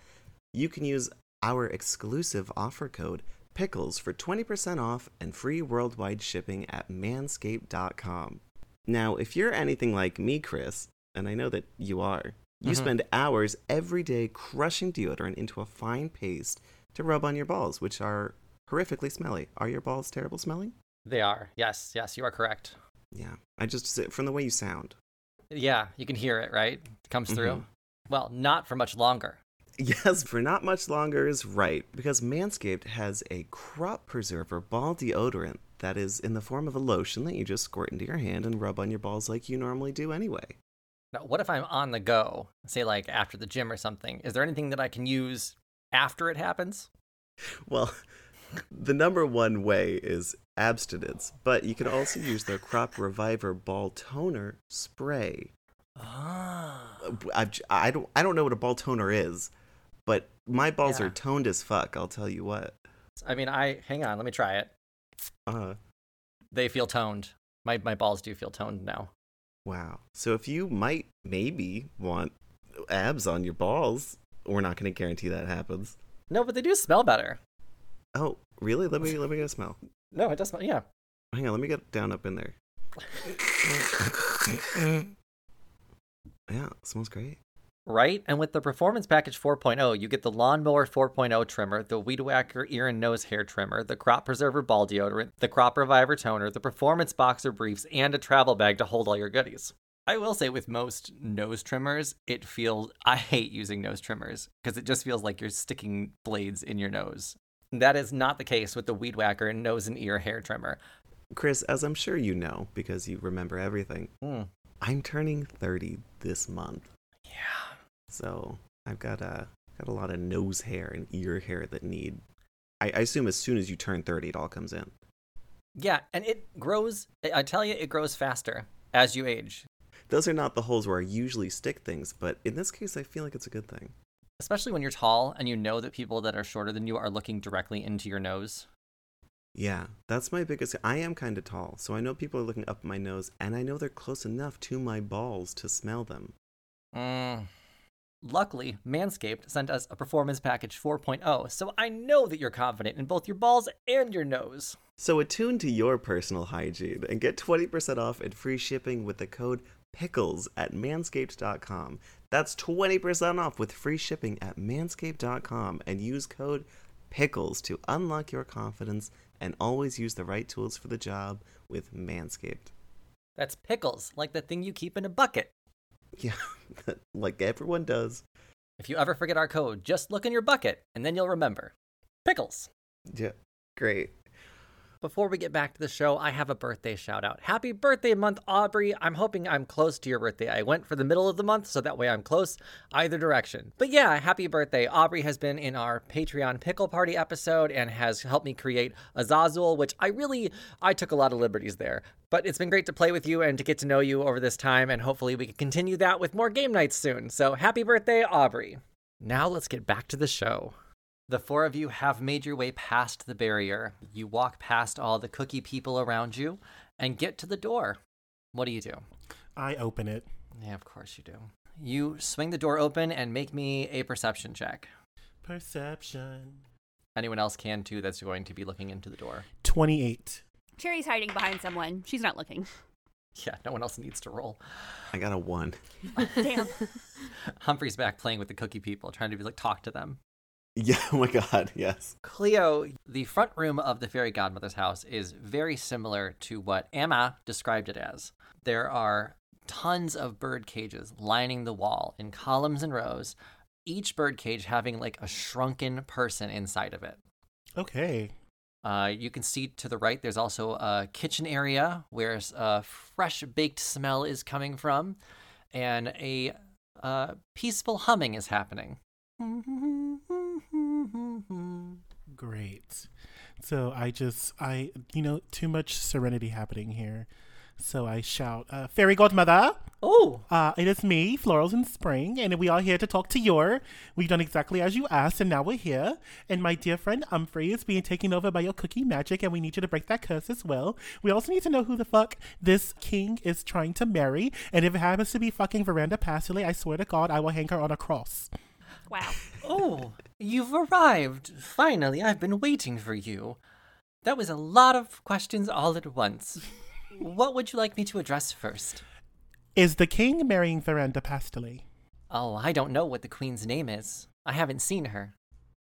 S3: You can use our exclusive offer code PICKLES for 20% off and free worldwide shipping at manscaped.com. Now, if you're anything like me, Chris, and I know that you are, you
S1: Mhm.
S3: spend hours every day crushing deodorant into a fine paste to rub on your balls, which are horrifically smelly. Are your balls terrible smelling?
S1: They are. Yes, yes, you are correct.
S3: Yeah. I just, from the way you sound.
S1: Yeah, you can hear it, right? It comes through.
S3: Mhm.
S1: Well, not for much longer.
S3: Yes, for not much longer is right, because Manscaped has a crop preserver ball deodorant that is in the form of a lotion that you just squirt into your hand and rub on your balls like you normally do anyway.
S1: Now, what if I'm on the go, say like after the gym or something? Is there anything that I can use after it happens?
S3: Well, the number one way is abstinence, but you can also use their crop reviver ball toner spray.
S1: Ah.
S3: I, I, don't, I don't know what a ball toner is, but my balls
S1: Yeah.
S3: are toned as fuck, I'll tell you what.
S1: I mean, I hang on, let me try it.
S3: Uh,
S1: They feel toned. My my balls do feel toned now.
S3: Wow. So if you might maybe want abs on your balls, we're not going to guarantee that happens.
S1: No, but they do smell better.
S3: Oh, really? Let me let me get a smell.
S1: No, it does smell. Yeah.
S3: Hang on, let me get down up in there. Yeah, it smells great.
S1: Right? And with the Performance Package 4.0, you get the Lawnmower 4.0 trimmer, the Weed Whacker ear and nose hair trimmer, the Crop Preserver ball deodorant, the Crop Reviver toner, the Performance Boxer briefs, and a travel bag to hold all your goodies. I will say, with most nose trimmers, it feels. I hate using nose trimmers because it just feels like you're sticking blades in your nose. That is not the case with the Weed Whacker and nose and ear hair trimmer.
S3: Chris, as I'm sure you know because you remember everything,
S1: Mm.
S3: I'm turning 30 this month. So, I've got a got a lot of nose hair and ear hair that need I, I assume as soon as you turn 30 it all comes in.
S1: Yeah, and it grows. I- I tell you, it grows faster as you age.
S3: Those are not the holes where I usually stick things, but in this case, I feel like it's a good thing.
S1: especially when you're tall and you know that people that are shorter than you are looking directly into your nose.
S3: Yeah, that's my biggest. I am kind of tall, so I know people are looking up my nose, and I know they're close enough to my balls to smell them.
S1: Mm. Luckily, Manscaped sent us a performance package 4.0, so I know that you're confident in both your balls and your nose.
S3: So attune to your personal hygiene and get 20% off and free shipping with the code PICKLES at manscaped.com. That's 20% off with free shipping at manscaped.com and use code PICKLES to unlock your confidence and always use the right tools for the job with Manscaped.
S1: That's pickles, like the thing you keep in a bucket.
S3: Yeah, like everyone does.
S1: If you ever forget our code, just look in your bucket and then you'll remember. Pickles.
S3: Yeah, great.
S1: Before we get back to the show, I have a birthday shout out. Happy birthday month, Aubrey. I'm hoping I'm close to your birthday. I went for the middle of the month, so that way I'm close either direction. But yeah, happy birthday. Aubrey has been in our Patreon pickle party episode and has helped me create Azazul, which I really I took a lot of liberties there. But it's been great to play with you and to get to know you over this time, and hopefully we can continue that with more game nights soon. So happy birthday, Aubrey. Now let's get back to the show. The four of you have made your way past the barrier. You walk past all the cookie people around you and get to the door. What do you do?
S5: I open it.
S1: Yeah, of course you do. You swing the door open and make me a perception check.
S5: Perception.
S1: Anyone else can too that's going to be looking into the door.
S5: 28.
S4: Cherry's hiding behind someone. She's not looking.
S1: Yeah, no one else needs to roll.
S3: I got a one.
S4: Damn.
S1: Humphrey's back playing with the cookie people, trying to be like talk to them.
S3: Yeah, oh my god, yes.
S1: Cleo, the front room of the fairy godmother's house is very similar to what Emma described it as. There are tons of bird cages lining the wall in columns and rows, each bird cage having like a shrunken person inside of it.
S5: Okay.
S1: Uh, you can see to the right, there's also a kitchen area where a fresh baked smell is coming from, and a uh, peaceful humming is happening.
S5: Great. So I just, I, you know, too much serenity happening here. So I shout, uh, Fairy Godmother,
S1: Oh,
S5: uh, it is me, Florals in Spring, and we are here to talk to your. We've done exactly as you asked, and now we're here. And my dear friend Humphrey is being taken over by your cookie magic, and we need you to break that curse as well. We also need to know who the fuck this king is trying to marry, and if it happens to be fucking Veranda Pasley, I swear to God, I will hang her on a cross.
S4: Wow.
S1: Oh, you've arrived. Finally, I've been waiting for you. That was a lot of questions all at once. What would you like me to address first?
S5: Is the king marrying Veranda Pasley?
S1: Oh, I don't know what the queen's name is. I haven't seen her.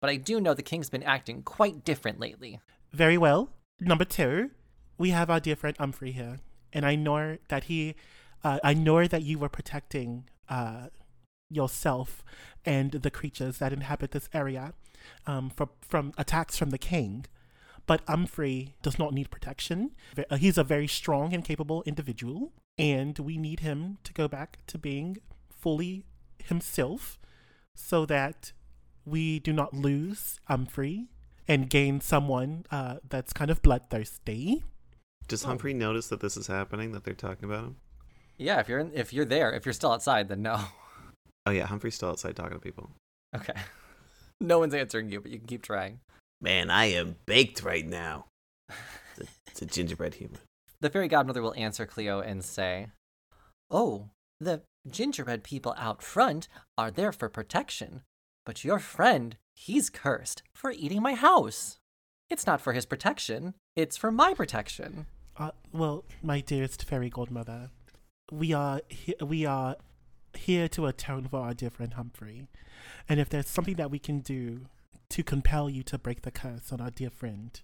S1: But I do know the king's been acting quite different lately.
S5: Very well. Number two, we have our dear friend Humphrey here. and I know that he, uh, I know that you were protecting uh, yourself and the creatures that inhabit this area um, from from attacks from the king. But Umfrey does not need protection. Ve- uh, He's a very strong and capable individual, and we need him to go back to being fully himself, so that we do not lose Umfrey and gain someone uh, that's kind of bloodthirsty.
S7: Oh.
S3: Does Humphrey notice that this is happening? That they're talking about him?
S1: Yeah, if you're in, if you're there, if you're still outside, then no.
S3: Oh yeah, Humphrey's still outside talking to people.
S1: Okay. No one's answering you, but you can keep trying.
S7: Man, I am baked right now. It's a, it's a gingerbread human.
S1: The fairy godmother will answer Cleo and say, "Oh, the gingerbread people out front are there for protection, but your friend, he's cursed for eating my house. It's not for his protection; it's for my protection."
S5: Uh, well, my dearest fairy godmother, we are he- we are here to atone for our dear friend Humphrey, and if there's something that we can do to compel you to break the curse on our dear friend,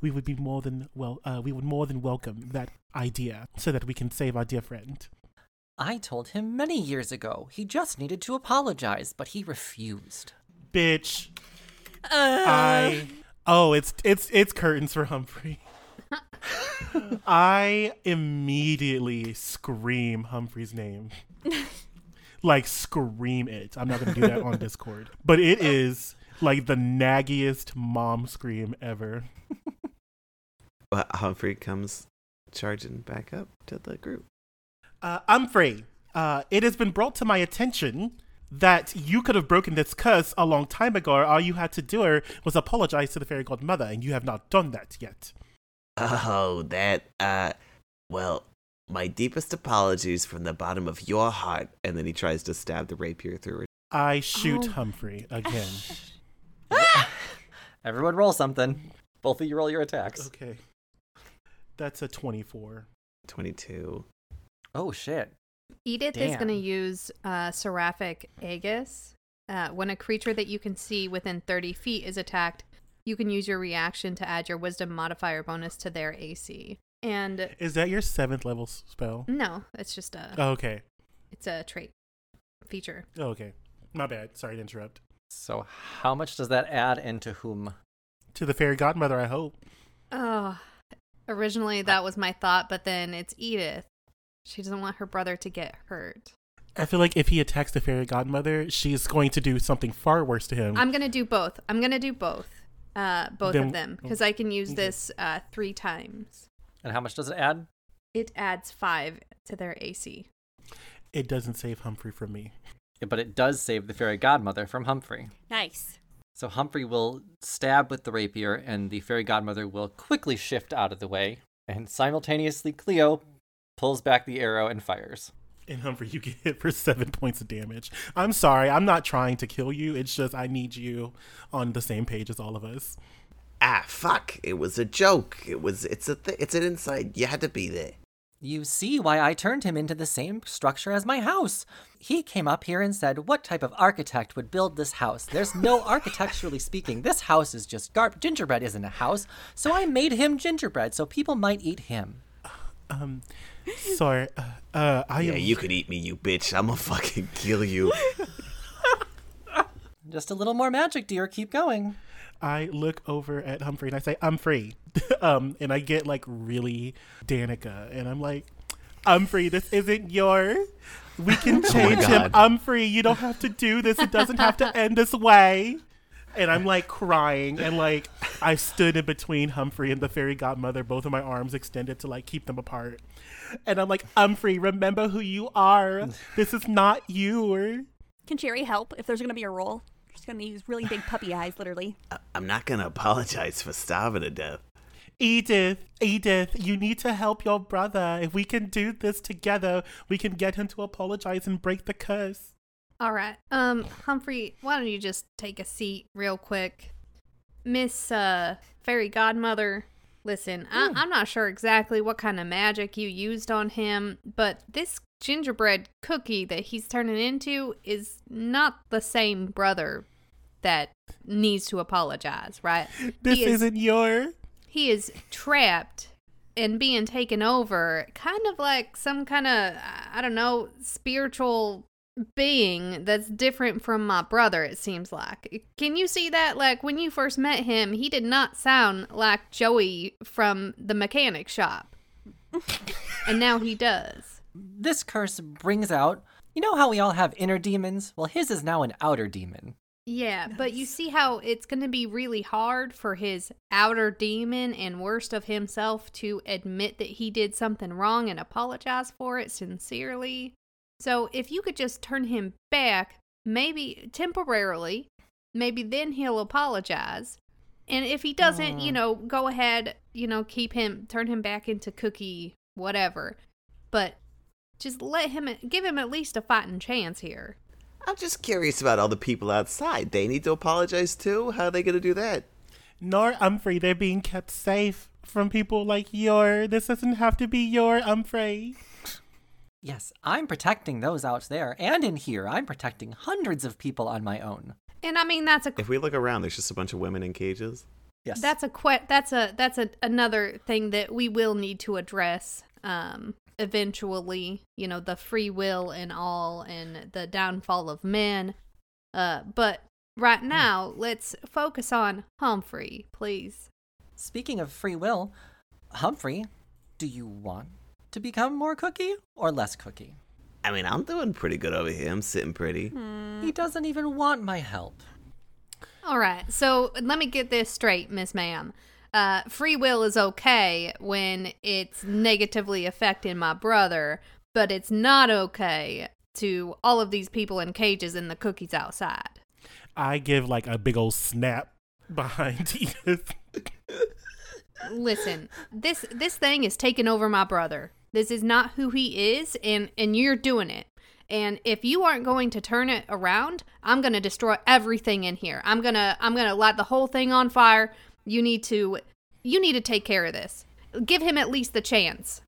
S5: we would be more than well uh, we would more than welcome that idea so that we can save our dear friend.
S1: I told him many years ago he just needed to apologize, but he refused.
S5: Bitch, Uh. I oh it's it's it's curtains for Humphrey. I immediately scream Humphrey's name. like scream it. I'm not gonna do that on Discord. But it is like the naggiest mom scream ever.
S3: But Humphrey comes charging back up to the group.
S5: Uh, Humphrey, uh, it has been brought to my attention that you could have broken this curse a long time ago. All you had to do was apologize to the fairy godmother, and you have not done that yet.
S7: Oh, that, uh, well, my deepest apologies from the bottom of your heart. And then he tries to stab the rapier through her.
S5: I shoot
S6: Oh.
S5: Humphrey again.
S1: Everyone roll something. Both of you roll your attacks.
S5: okay. That's a 24.
S3: 22.
S1: Oh shit.
S6: Edith is going to
S1: Damn.
S6: use uh, Seraphic Aegis. Uh, when a creature that you can see within 30 feet is attacked, you can use your reaction to add your wisdom modifier bonus to their AC. And
S5: Is that your seventh level s- spell?
S6: no, it's just a
S5: Oh, okay.
S6: it's a trait feature.
S5: Oh, okay. My bad. Sorry to interrupt.
S1: So how much does that add and to whom?
S5: To the fairy godmother, I hope.
S6: Oh, originally that was my thought, but then it's Edith. She doesn't want her brother to get hurt.
S5: I feel like if he attacks the fairy godmother, she's going to do something far worse to him.
S6: I'm gonna do both. I'm gonna do both, uh, both
S5: Then-
S6: of them, because I can use
S5: Okay.
S6: this uh, three times.
S1: And how much does it add?
S6: It adds five to their AC.
S5: it doesn't save Humphrey from me.
S1: But it does save the fairy godmother from Humphrey.
S4: Nice.
S1: So Humphrey will stab with the rapier, and the fairy godmother will quickly shift out of the way. And simultaneously, Cleo pulls back the arrow and fires.
S5: And Humphrey, you get hit for seven points of damage. I'm sorry. I'm not trying to kill you. It's just I need you on the same page as all of us.
S7: Ah, fuck. It was a joke. It was, it's a, th- it's an inside. You had to be there.
S1: You see why I turned him into the same structure as my house. He came up here and said, What type of architect would build this house? There's no architecturally speaking. This house is just garb. Gingerbread isn't a house. So I made him gingerbread so people might eat him.
S5: Um, sorry. Uh, uh, I
S7: Yeah,
S5: am.
S7: you could eat me, you bitch. I'm gonna fucking kill you.
S1: Just a little more magic, dear. Keep going.
S5: I look over at Humphrey and I say, I'm free. um, and I get like really Danica. And I'm like, Humphrey, this isn't your. We can change him.
S7: God.
S5: Humphrey, you don't have to do this. It doesn't have to end this way. And I'm like crying. And like, I stood in between Humphrey and the fairy godmother, both of my arms extended to like keep them apart. And I'm like, Humphrey, remember who you are. This is not you.
S4: Can Jerry help if there's gonna be a roll? She's gonna use really big puppy eyes, literally.
S7: I- I'm not gonna apologize for starving to death.
S5: Edith, Edith, you need to help your brother. If we can do this together, we can get him to apologize and break the curse.
S6: All right. Um, Humphrey, why don't you just take a seat real quick? Miss uh, Fairy Godmother, listen, I- I'm not sure exactly what kind of magic you used on him, but this gingerbread cookie that he's turning into is not the same brother that needs to apologize, right?
S5: This
S6: He is-
S5: isn't your.
S6: he is trapped and being taken over, kind of like some kind of, I don't know, spiritual being that's different from my brother, it seems like. Can you see that? Like, when you first met him, he did not sound like Joey from the mechanic shop. and now he does.
S1: This curse brings out, you know how we all have inner demons? Well, his is now an outer demon.
S6: Yeah, but you see how it's going to be really hard for his outer demon and worst of himself to admit that he did something wrong and apologize for it sincerely. So if you could just turn him back, maybe temporarily, maybe then he'll apologize. And if he doesn't, you know, go ahead, you know, keep him, turn him back into cookie, whatever. But just let him, give him at least a fighting chance here.
S7: I'm just curious about all the people outside. They need to apologize too. How are they going to do that?
S5: Nor Humphrey, they're being kept safe from people like your. This doesn't have to be your Humphrey.
S1: Yes, I'm protecting those out there and in here. I'm protecting hundreds of people on my own.
S6: And I mean, that's a
S3: If we look around, there's just a bunch of women in cages.
S1: Yes.
S6: That's a que- that's a that's a another thing that we will need to address um eventually, you know, the free will and all and the downfall of men. Uh but right now, let's focus on Humphrey, please.
S1: Speaking of free will, Humphrey, do you want to become more cookie or less cookie?
S7: I mean, I'm doing pretty good over here. I'm sitting pretty.
S1: He doesn't even want my help.
S6: All right. So, let me get this straight, Miss Ma'am. Uh, free will is okay when it's negatively affecting my brother, but it's not okay to all of these people in cages and the cookies outside.
S5: I give like a big old snap behind Edith.
S6: Listen, this this thing is taking over my brother. This is not who he is, and and you're doing it. And if you aren't going to turn it around, I'm gonna destroy everything in here. I'm gonna I'm gonna light the whole thing on fire. You need to you need to take care of this. Give him at least the chance.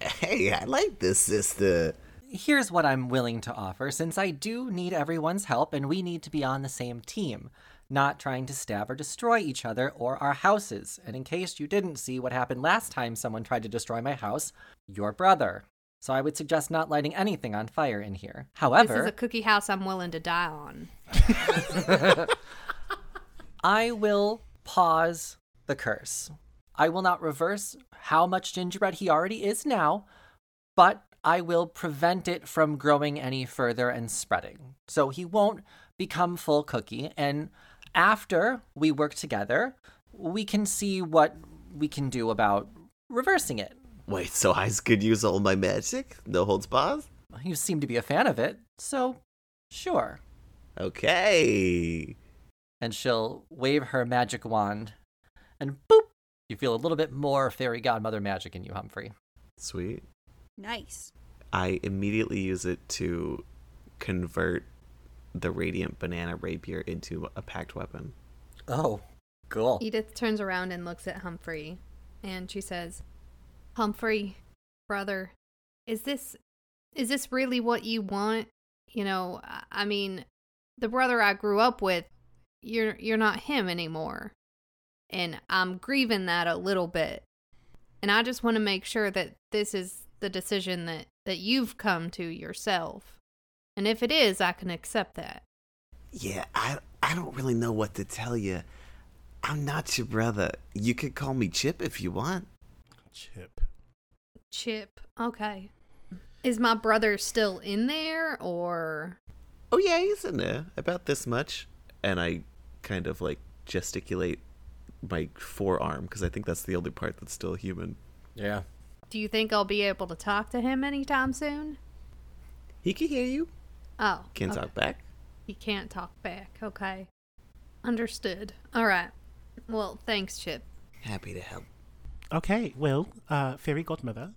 S7: Hey, I like this sister.
S1: Here's what I'm willing to offer since I do need everyone's help and we need to be on the same team, not trying to stab or destroy each other or our houses. And in case you didn't see what happened last time someone tried to destroy my house, your brother. So I would suggest not lighting anything on fire in here. However,
S6: This is a cookie house I'm willing to die on.
S1: I will pause the curse. I will not reverse how much gingerbread he already is now, but I will prevent it from growing any further and spreading. So he won't become full cookie. And after we work together, we can see what we can do about reversing it.
S7: Wait, so I could use all my magic? No holds bars?
S1: You seem to be a fan of it, so sure.
S7: Okay.
S1: and she'll wave her magic wand, and boop, you feel a little bit more fairy godmother magic in you, Humphrey.
S3: Sweet.
S4: Nice.
S3: I immediately use it to convert the radiant banana rapier into a packed weapon.
S1: Oh, cool.
S6: Edith turns around and looks at Humphrey, and she says, "Humphrey, brother, is this is this really what you want? You know, I- I mean, the brother I grew up with, you're you're not him anymore, and I'm grieving that a little bit. And I just want to make sure that this is the decision that that you've come to yourself, and if it is, I can accept that."
S7: Yeah, I, I don't really know what to tell you. I'm not your brother. You could call me Chip if you want.
S5: Chip.
S6: Chip, okay. Is my brother still in there, or
S7: Oh, yeah, he's in there. About this much. And I kind of like gesticulate my forearm because I think that's the only part that's still human.
S1: Yeah.
S6: Do you think I'll be able to talk to him anytime soon?
S7: He can hear you.
S6: Oh.
S7: Can
S6: okay.
S7: talk back.
S6: He can't talk back. Okay. Understood. All right. Well, thanks, Chip.
S7: Happy to help.
S5: Okay, well, uh, fairy godmother.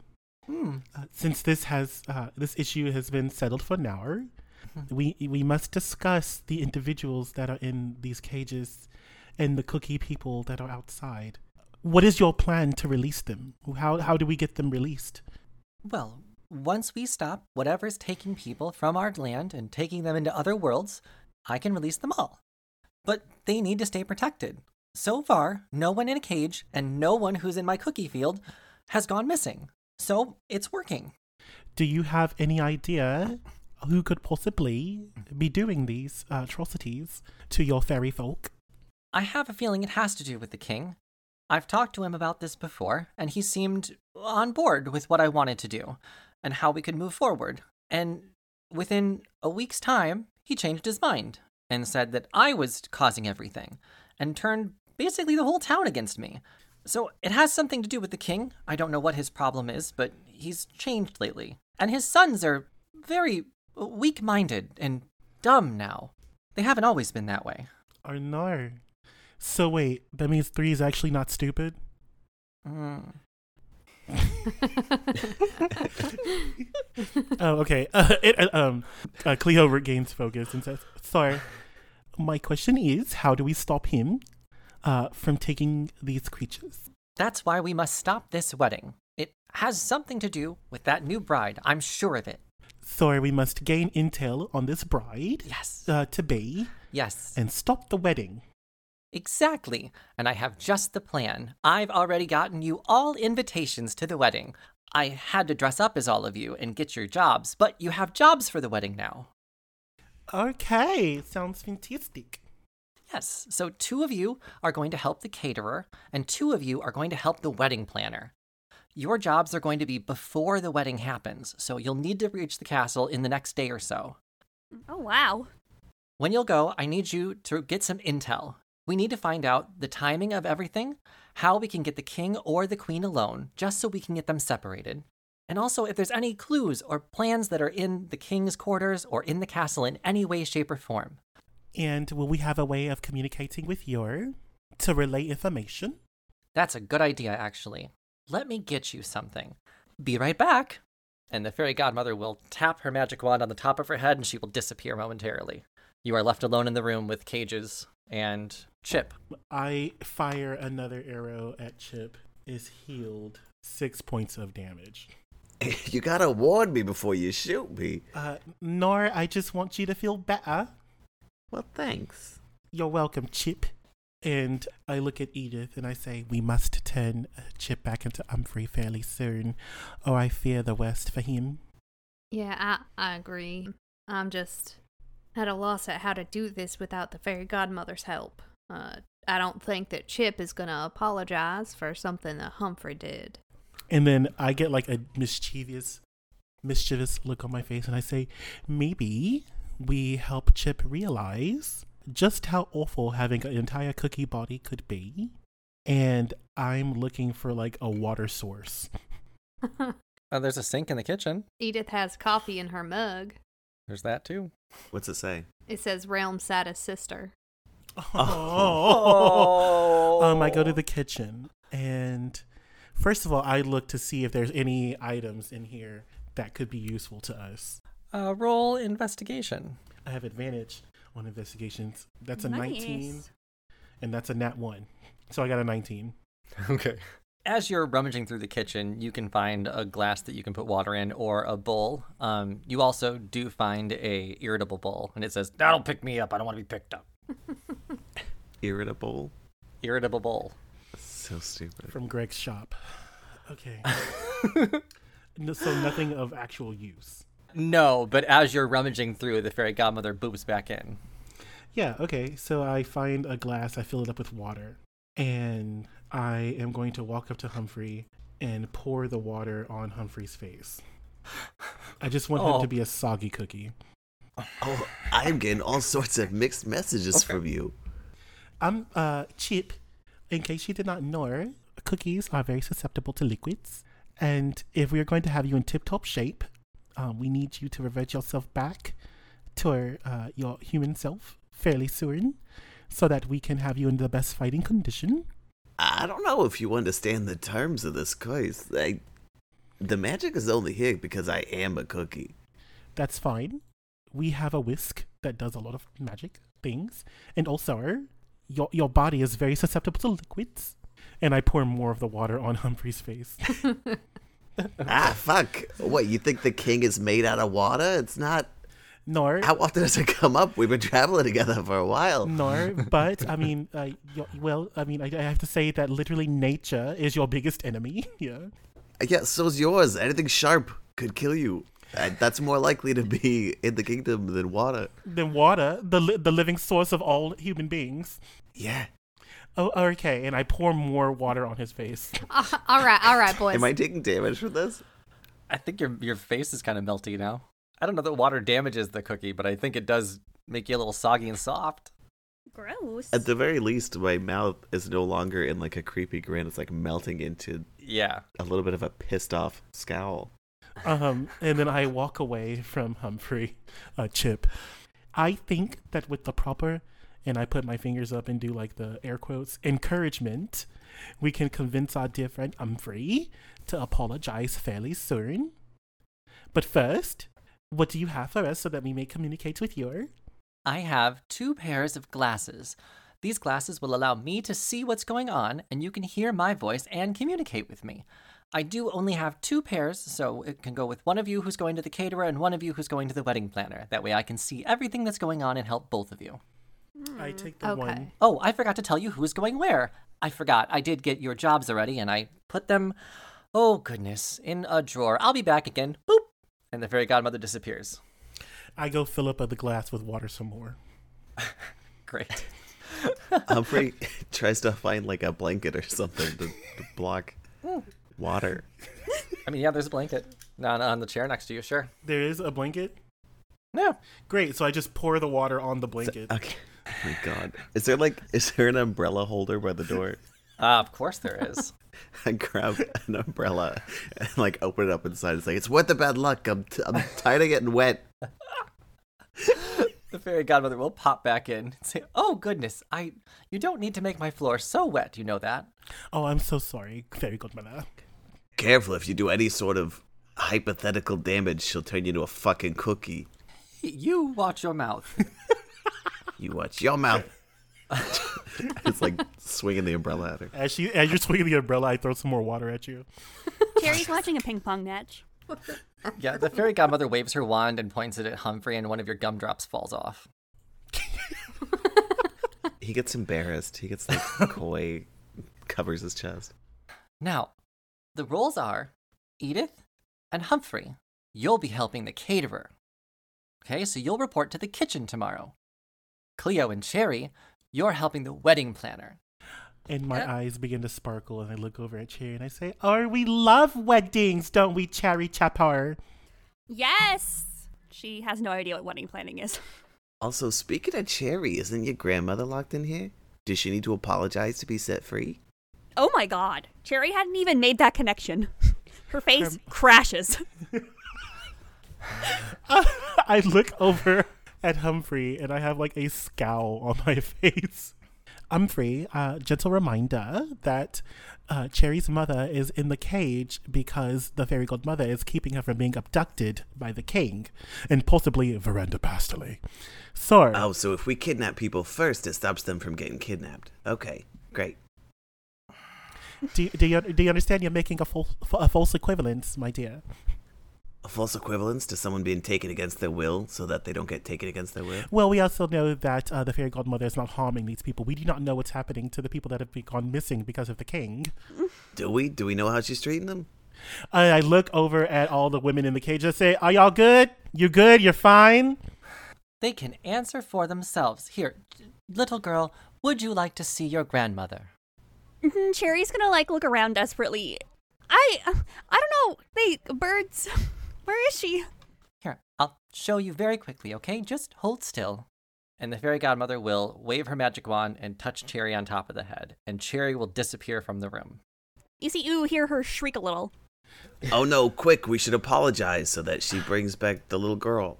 S5: Uh, since this has uh, this issue has been settled for now, we we must discuss the individuals that are in these cages and the cookie people that are outside. What is your plan to release them? How how do we get them released?
S1: Well, once we stop whatever's taking people from our land and taking them into other worlds, I can release them all. But they need to stay protected. So far, no one in a cage and no one who's in my cookie field, has gone missing. So it's working.
S5: Do you have any idea who could possibly be doing these uh, atrocities to your fairy folk?
S1: I have a feeling it has to do with the king. I've talked to him about this before, and he seemed on board with what I wanted to do and how we could move forward. And within a week's time, he changed his mind and said that I was causing everything and turned basically the whole town against me. So it has something to do with the king. I don't know what his problem is, but he's changed lately. And his sons are very weak minded and dumb now. They haven't always been that way.
S5: Or no? So wait, that means three is actually not stupid.
S1: Mm.
S5: oh, okay. Uh, it, uh, um, uh, Cleo regains focus and says, "Sorry, my question is, how do we stop him uh, from taking these creatures?"
S1: That's why we must stop this wedding. It has something to do with that new bride. I'm sure of it.
S5: Sorry, we must gain intel on this bride
S1: Yes.
S5: uh, to be
S1: Yes.
S5: and stop the wedding.
S1: Exactly. And I have just the plan. I've already gotten you all invitations to the wedding. I had to dress up as all of you and get your jobs, but you have jobs for the wedding now.
S5: Okay, sounds fantastic.
S1: Yes. So two of you are going to help the caterer, and two of you are going to help the wedding planner. Your jobs are going to be before the wedding happens, so you'll need to reach the castle in the next day or so.
S4: Oh wow.
S1: When you'll go, I need you to get some intel. We need to find out the timing of everything, how we can get the king or the queen alone, just so we can get them separated. And also, if there's any clues or plans that are in the king's quarters or in the castle in any way, shape, or form.
S5: And will we have a way of communicating with your to relay information?
S1: That's a good idea, actually. Let me get you something. Be right back. And the fairy godmother will tap her magic wand on the top of her head and she will disappear momentarily. You are left alone in the room with cages and Chip.
S5: I fire another arrow at Chip. Is healed six points of damage.
S7: you gotta warn me before you shoot me.
S5: Uh, Nor, I just want you to feel better.
S7: Well, thanks.
S5: You're welcome, Chip. And I look at Edith and I say, We must turn uh, Chip back into Humphrey fairly soon, or I fear the worst for him.
S6: Yeah, I, I agree. I'm just at a loss at how to do this without the fairy godmother's help. Uh, I don't think that Chip is gonna apologize for something that Humphrey did.
S5: And then I get like a mischievous, mischievous look on my face and I say, Maybe we help Chip realize just how awful having an entire cookie body could be. And I'm looking for like a water source.
S1: Oh, there's a sink in the kitchen.
S6: Edith has coffee in her mug.
S1: There's that too.
S3: What's it say?
S6: It says Realm Satis sister.
S1: Oh.
S5: Um, I go to the kitchen and first of all, I look to see if there's any items in here that could be useful to us.
S1: Uh, roll investigation.
S5: I have advantage on investigations. That's a 19 and that's a nat 1. So I got a 19.
S1: Okay. As you're rummaging through the kitchen, you can find a glass that you can put water in or a bowl. Um, you also do find a irritable bowl, and it says, "That'll pick me up. I don't want to be picked up."
S3: Irritable.
S1: Irritable bowl.
S3: So stupid.
S5: from Greg's shop. Okay. No- so nothing of actual use.
S1: No, but as you're rummaging through, the fairy godmother boops back in.
S5: Yeah, okay. So I find a glass, I fill it up with water, and I am going to walk up to Humphrey and pour the water on Humphrey's face. I just want him
S1: Oh.
S5: to be a soggy cookie.
S7: Oh, I'm getting all sorts of mixed messages from you.
S5: I'm uh Chip. In case you did not know, cookies are very susceptible to liquids, and if we are going to have you in tip-top shape, um, we need you to revert yourself back to uh, your human self fairly soon, so that we can have you in the best fighting condition.
S7: I don't know if you understand the terms of this case. I, the magic is only here because I am a cookie.
S5: That's fine. We have a whisk that does a lot of magic things, and also your your body is very susceptible to liquids. And I pour more of the water on Humphrey's face.
S7: Ah, fuck. What, you think the king is made out of water? It's not.
S5: Nor
S7: How often does it come up? We've been traveling together for a while.
S3: Mm.
S5: No, but I mean, uh, y- well, I mean, I, I have to say that literally nature is your biggest enemy. Yeah.
S3: Yeah, so's yours. Anything sharp could kill you. Uh, That's more likely to be in the kingdom than water.
S5: Then water, the li- the living source of all human beings.
S3: Yeah.
S5: Oh, okay. And I pour more water on his face.
S6: Uh, all right, all right, boys.
S3: Am I taking damage for this?
S1: I think your your face is kind of melty now. I don't know that water damages the cookie, but I think it does make you a little soggy and soft.
S4: Gross.
S3: At the very least, my mouth is no longer in like a creepy grin. It's like melting into
S1: Yeah.
S3: a little bit of a pissed off scowl.
S5: Um, and then I walk away from Humphrey, uh, Chip. I think that with the proper, and I put my fingers up and do like the air quotes, encouragement, we can convince our dear friend Humphrey to apologize fairly soon. But first, what do you have for us so that we may communicate with you?
S1: I have two pairs of glasses. These glasses will allow me to see what's going on, and you can hear my voice and communicate with me. I do only have two pairs, so it can go with one of you who's going to the caterer and one of you who's going to the wedding planner. That way I can see everything that's going on and help both of you.
S5: I take
S6: the one- okay.
S1: Oh, I forgot to tell you who's going where. I forgot. I did get your jobs already, and I put them, oh goodness, in a drawer. I'll be back again. Boop! And the fairy godmother disappears.
S5: I go fill up the glass with water some more.
S1: Great.
S3: Humphrey tries to find like a blanket or something to, to block water.
S1: I mean, yeah, there's a blanket on, on the chair next to you, sure.
S5: There is a blanket.
S1: No.
S5: Great. So I just pour the water on the blanket.
S3: Okay. Oh my god. Is there like is there an umbrella holder by the door?
S1: Uh, of course there is.
S3: I grab an umbrella and like open it up inside. It's like it's worth the bad luck. I'm t- I'm tired of getting wet.
S1: the fairy godmother will pop back in and say, "Oh goodness, I you don't need to make my floor so wet, you know that."
S5: Oh, I'm so sorry, Fairy Godmother.
S3: Careful if you do any sort of hypothetical damage, she'll turn you into a fucking cookie.
S1: You watch your mouth.
S3: You watch your mouth. it's like swinging the umbrella at her.
S5: As she as you're swinging the umbrella, I throw some more water at you.
S4: Carrie's watching a ping pong match.
S1: yeah, the fairy godmother waves her wand and points it at Humphrey and one of your gumdrops falls off.
S3: He gets embarrassed. He gets like coy, covers his chest.
S1: Now, the roles are Edith and Humphrey. You'll be helping the caterer. Okay, so you'll report to the kitchen tomorrow. Cleo and Cherry, you're helping the wedding planner.
S5: And my
S1: Yeah.
S5: eyes begin to sparkle, and I look over at Cherry and I say, "Oh, we love weddings, don't we, Cherry Chapar?"
S4: Yes. She has no idea what wedding planning is.
S3: Also, speaking of Cherry, isn't your grandmother locked in here? Does she need to apologize to be set free?
S4: Oh my god. Cherry hadn't even made that connection. Her face
S5: Um,
S4: crashes.
S5: I look over at Humphrey, and I have like a scowl on my face. Humphrey, uh, gentle reminder that uh, Cherry's mother is in the cage because the fairy godmother is keeping her from being abducted by the king, and possibly Veranda Pastorly. So,
S3: Oh, so if we kidnap people first, it stops them from getting kidnapped. Okay, great.
S5: do, do you do you understand? You're making a false a false equivalence, my dear.
S3: A false equivalence to someone being taken against their will so that they don't get taken against their will?
S5: Well, we also know that uh, the fairy godmother is not harming these people. We do not know what's happening to the people that have been gone missing because of the king.
S3: Do we? Do we know how she's treating them?
S5: I, I look over at all the women in the cage. I say, "Are y'all good? You good? You're fine."
S1: They can answer for themselves. Here, little girl, would you like to see your grandmother?
S4: Mhm, Cherry's gonna like look around desperately. I I don't know. They birds. Where is she?
S1: Here, I'll show you very quickly, okay? Just hold still. And the fairy godmother will wave her magic wand and touch Cherry on top of the head, and Cherry will disappear from the room.
S4: You see, you hear her shriek a little.
S3: Oh no, quick, we should apologize so that she brings back the little girl.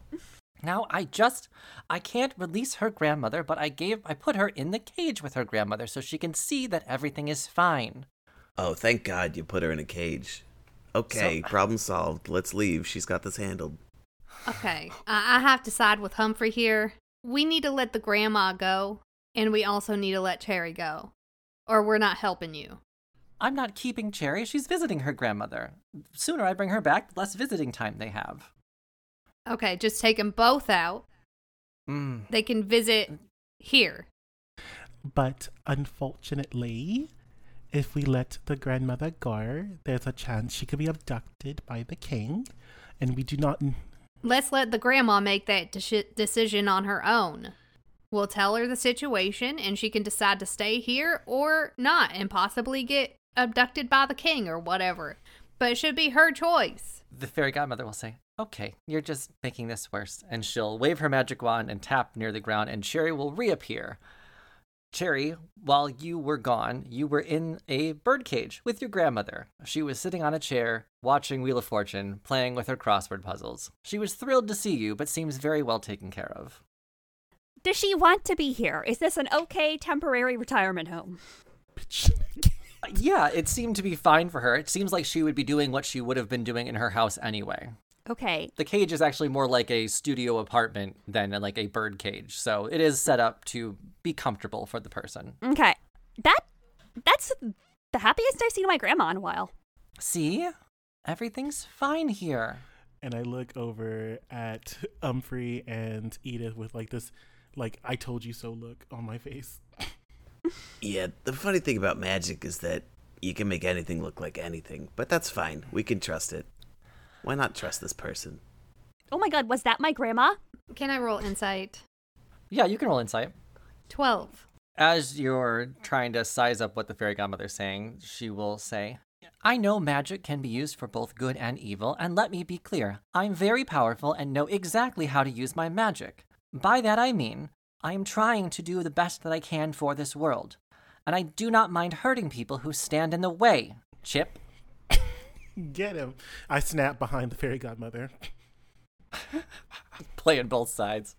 S1: Now I just I can't release her grandmother, but I gave I put her in the cage with her grandmother so she can see that everything is fine.
S3: Oh, thank God you put her in a cage. Okay,
S1: So-
S3: problem solved. Let's leave. She's got this handled.
S6: Okay, I I have to side with Humphrey here. We need to let the grandma go, and we also need to let Cherry go, or we're not helping you.
S1: I'm not keeping Cherry, she's visiting her grandmother. Sooner I bring her back, the less visiting time they have.
S6: Okay, just take them both out.
S1: Mm.
S6: They can visit here.
S5: But unfortunately, If we let the grandmother go, there's a chance she could be abducted by the king, and we do not.
S6: Let's let the grandma make that de- decision on her own. We'll tell her the situation, and she can decide to stay here or not, and possibly get abducted by the king or whatever. But it should be her choice.
S1: The fairy godmother will say, Okay, you're just making this worse. And she'll wave her magic wand and tap near the ground, and Cherry will reappear. Cherry, while you were gone, you were in a birdcage with your grandmother. She was sitting on a chair, watching Wheel of Fortune, playing with her crossword puzzles. She was thrilled to see you, but seems very well taken care of.
S4: Does she want to be here? Is this an okay temporary retirement home?
S1: Uh, Yeah, it seemed to be fine for her. It seems like she would be doing what she would have been doing in her house anyway.
S4: Okay.
S1: The cage is actually more like a studio apartment than like a bird cage, so it is set up to be comfortable for the person.
S4: Okay. That that's the happiest I've seen my grandma in a while.
S1: See? Everything's fine here.
S5: And I look over at Humphrey and Edith with like this, like I told you so look on my face.
S7: Yeah, the funny thing about magic is that you can make anything look like anything, but that's fine. We can trust it. Why not trust this person?
S4: Oh my god, was that my grandma?
S6: Can I roll insight?
S1: Yeah, you can roll insight.
S6: 12.
S1: As you're trying to size up what the fairy godmother's saying, she will say, I know magic can be used for both good and evil, and let me be clear, I'm very powerful and know exactly how to use my magic. By that I mean, I am trying to do the best that I can for this world, and I do not mind hurting people who stand in the way, Chip.
S5: Get him. I snap behind the fairy godmother.
S1: Playing both sides.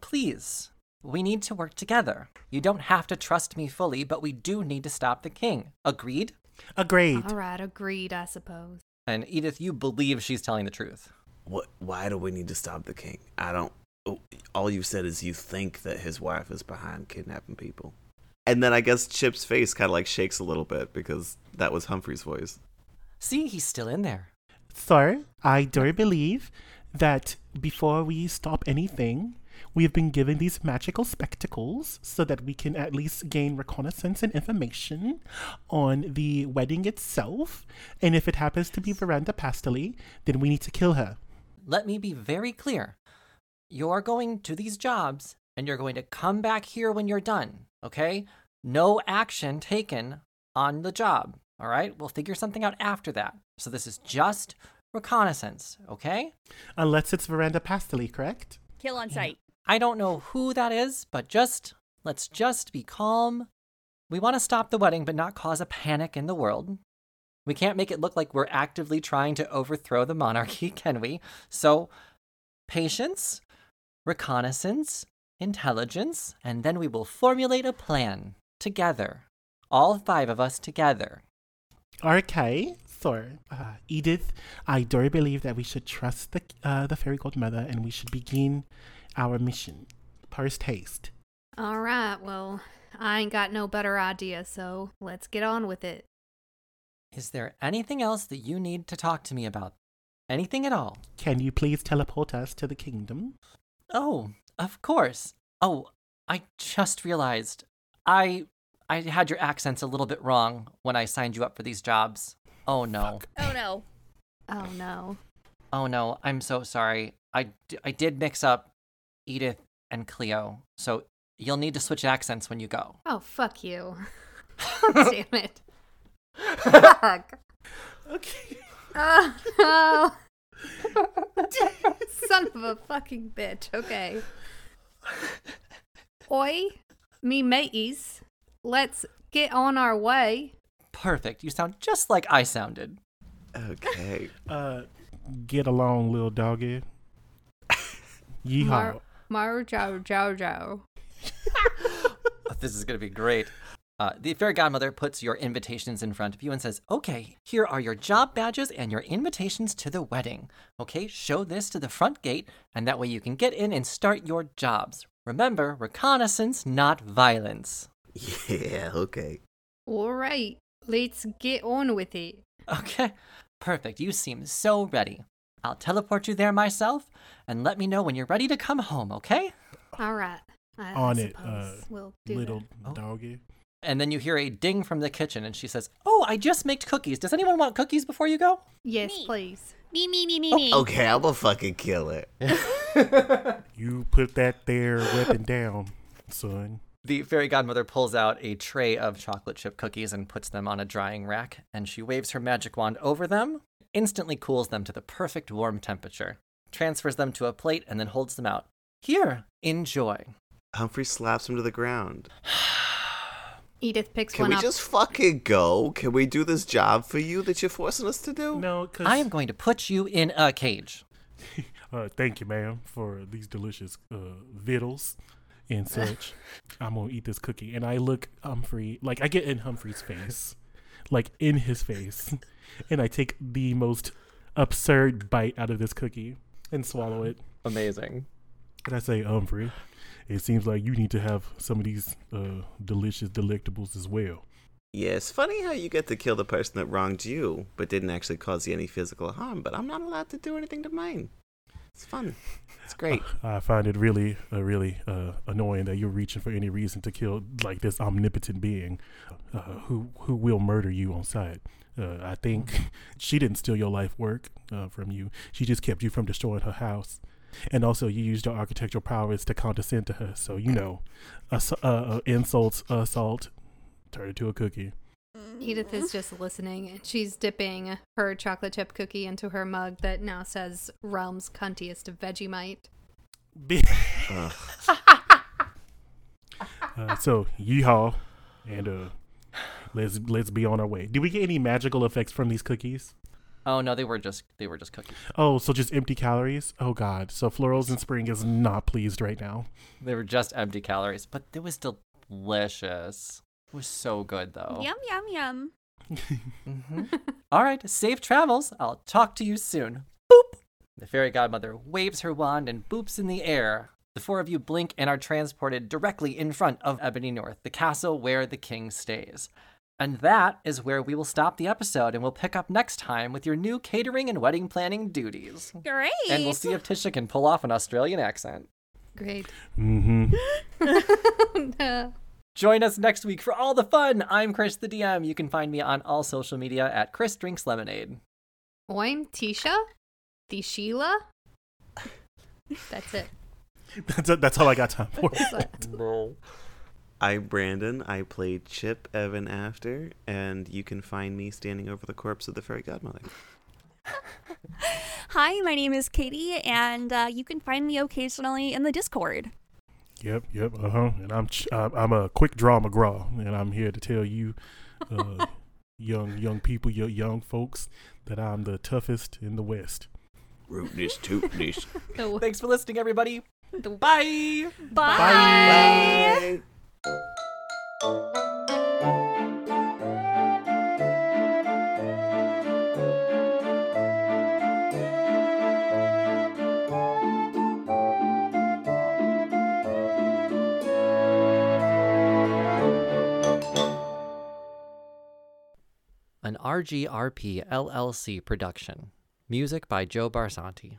S1: Please, we need to work together. You don't have to trust me fully, but we do need to stop the king. Agreed?
S5: Agreed.
S6: All right, agreed, I suppose.
S1: And Edith, you believe she's telling the truth.
S7: What? Why do we need to stop the king? I don't. oh, All you said is you think that his wife is behind kidnapping people.
S3: And then I guess Chip's face kind of like shakes a little bit because that was Humphrey's voice.
S1: See, he's still in there.
S5: Sir, I do believe that before we stop anything, we have been given these magical spectacles so that we can at least gain reconnaissance and information on the wedding itself. And if it happens to be Veranda Pastelli, then we need to kill her.
S1: Let me be very clear. You're going to these jobs and you're going to come back here when you're done, okay? No action taken on the job, all right? We'll figure something out after that. So this is just reconnaissance, okay?
S5: Unless it's Veranda Pastelli, correct?
S4: Kill on sight.
S1: I don't know who that is, but just let's just be calm. We want to stop the wedding but not cause a panic in the world. We can't make it look like we're actively trying to overthrow the monarchy, can we? So, patience, reconnaissance, intelligence, and then we will formulate a plan together. All five of us together.
S5: Okay, sir. Uh, Edith, I do believe that we should trust the, uh, the fairy godmother and we should begin our mission. Post haste.
S6: All right, well, I ain't got no better idea, so let's get on with it.
S1: Is there anything else that you need to talk to me about? Anything at all?
S5: Can you please teleport us to the kingdom?
S1: Oh, of course. Oh, I just realized I I had your accents a little bit wrong when I signed you up for these jobs. Oh no.
S4: Oh no.
S6: Oh, no.
S1: Oh no, I'm so sorry. I d- I did mix up Edith and Cleo. So you'll need to switch accents when you go.
S6: Oh, fuck you. Damn it. Fuck.
S5: Okay.
S6: Oh, no. Son of a fucking bitch. Okay. Oi, me mateys. Let's get on our way.
S1: Perfect. You sound just like I sounded.
S3: Okay.
S5: Uh, get along, little doggy. Yeehaw.
S6: Mar- Marjo Jojo.
S1: This is going to be great. Uh, the fairy godmother puts your invitations in front of you and says, Okay, here are your job badges and your invitations to the wedding. Okay, show this to the front gate, and that way you can get in and start your jobs. Remember, reconnaissance, not violence.
S7: Yeah. Okay.
S6: All right, let's get on with it.
S1: Okay, perfect. You seem so ready. I'll teleport you there myself, and let me know when you're ready to come home, okay?
S6: All right. I, I
S5: On it,
S6: suppose
S5: uh,
S6: we'll do
S5: Little
S6: that.
S1: Oh.
S5: doggy.
S1: And then you hear a ding from the kitchen, and she says, Oh, I just made cookies. Does anyone want cookies before you go?
S6: Yes,
S4: Me.
S6: please.
S4: Me, me, me,
S1: Oh,
S4: me, me.
S7: Okay, I'm gonna fucking kill it.
S5: You put that there weapon down, son.
S1: The fairy godmother pulls out a tray of chocolate chip cookies and puts them on a drying rack, and she waves her magic wand over them, instantly cools them to the perfect warm temperature, transfers them to a plate, and then holds them out. Here, enjoy.
S3: Humphrey slaps him to the ground.
S6: Edith picks
S7: Can
S6: one
S7: we
S6: up.
S7: just fucking go? Can we do this job for you that you're forcing us to do?
S5: No, because
S1: I am going to put you in a cage.
S5: Uh, thank you, ma'am, for these delicious uh, victuals and such. I'm gonna eat this cookie, and I look Humphrey like I get in Humphrey's face, like in his face, and I take the most absurd bite out of this cookie and swallow it.
S1: Amazing.
S5: And I say, Humphrey, it seems like you need to have some of these uh, delicious delectables as well.
S7: Yeah, it's funny how you get to kill the person that wronged you, but didn't actually cause you any physical harm, but I'm not allowed to do anything to mine. It's fun. It's great.
S5: I find it really, uh, really uh, annoying that you're reaching for any reason to kill like this omnipotent being, uh, who who will murder you on sight. Uh, I think she didn't steal your life work uh, from you. She just kept you from destroying her house, and also you used your architectural powers to condescend to her. So you know, ass- uh, uh, insults, assault, turn into a cookie.
S6: Edith is just listening and she's dipping her chocolate chip cookie into her mug that now says Realm's cuntiest of Vegemite.
S7: Ugh.
S5: Uh, so yeehaw, and uh, let's let's be on our way. Do we get any magical effects from these cookies?
S1: Oh no, they were just they were just cookies.
S5: Oh, so just empty calories? Oh god. So Florals in Spring is not pleased right now.
S1: They were just empty calories, but it was delicious. It was so good though.
S4: Yum, yum, yum.
S1: Mm-hmm. All right, safe travels. I'll talk to you soon. Boop! The fairy godmother waves her wand and boops in the air. The four of you blink and are transported directly in front of Ebony North, the castle where the king stays. And that is where we will stop the episode and we'll pick up next time with your new catering and wedding planning duties.
S4: Great.
S1: And we'll see if Tisha can pull off an Australian accent.
S6: Great.
S5: Mm-hmm.
S1: Join us next week for all the fun. I'm Chris the DM. You can find me on all social media at Chris Drinks Lemonade.
S6: I'm Tisha. The Sheila. That's it.
S5: That's that's all I got time for.
S3: I'm Brandon. I played Chip Evan After, and you can find me standing over the corpse of the fairy godmother.
S4: Hi, my name is Katie, and uh, you can find me occasionally in the Discord.
S5: yep, yep, uh-huh. And I'm ch- I'm I'm a quick draw McGraw, and I'm here to tell you, uh, young young people, your young folks, that I'm the toughest in the West.
S7: Rootness, tootness.
S6: So,
S1: Thanks for listening, everybody.
S6: the
S1: Bye.
S4: Bye.
S7: Bye.
S1: An RGRP LLC production. Music by Joe Barsanti.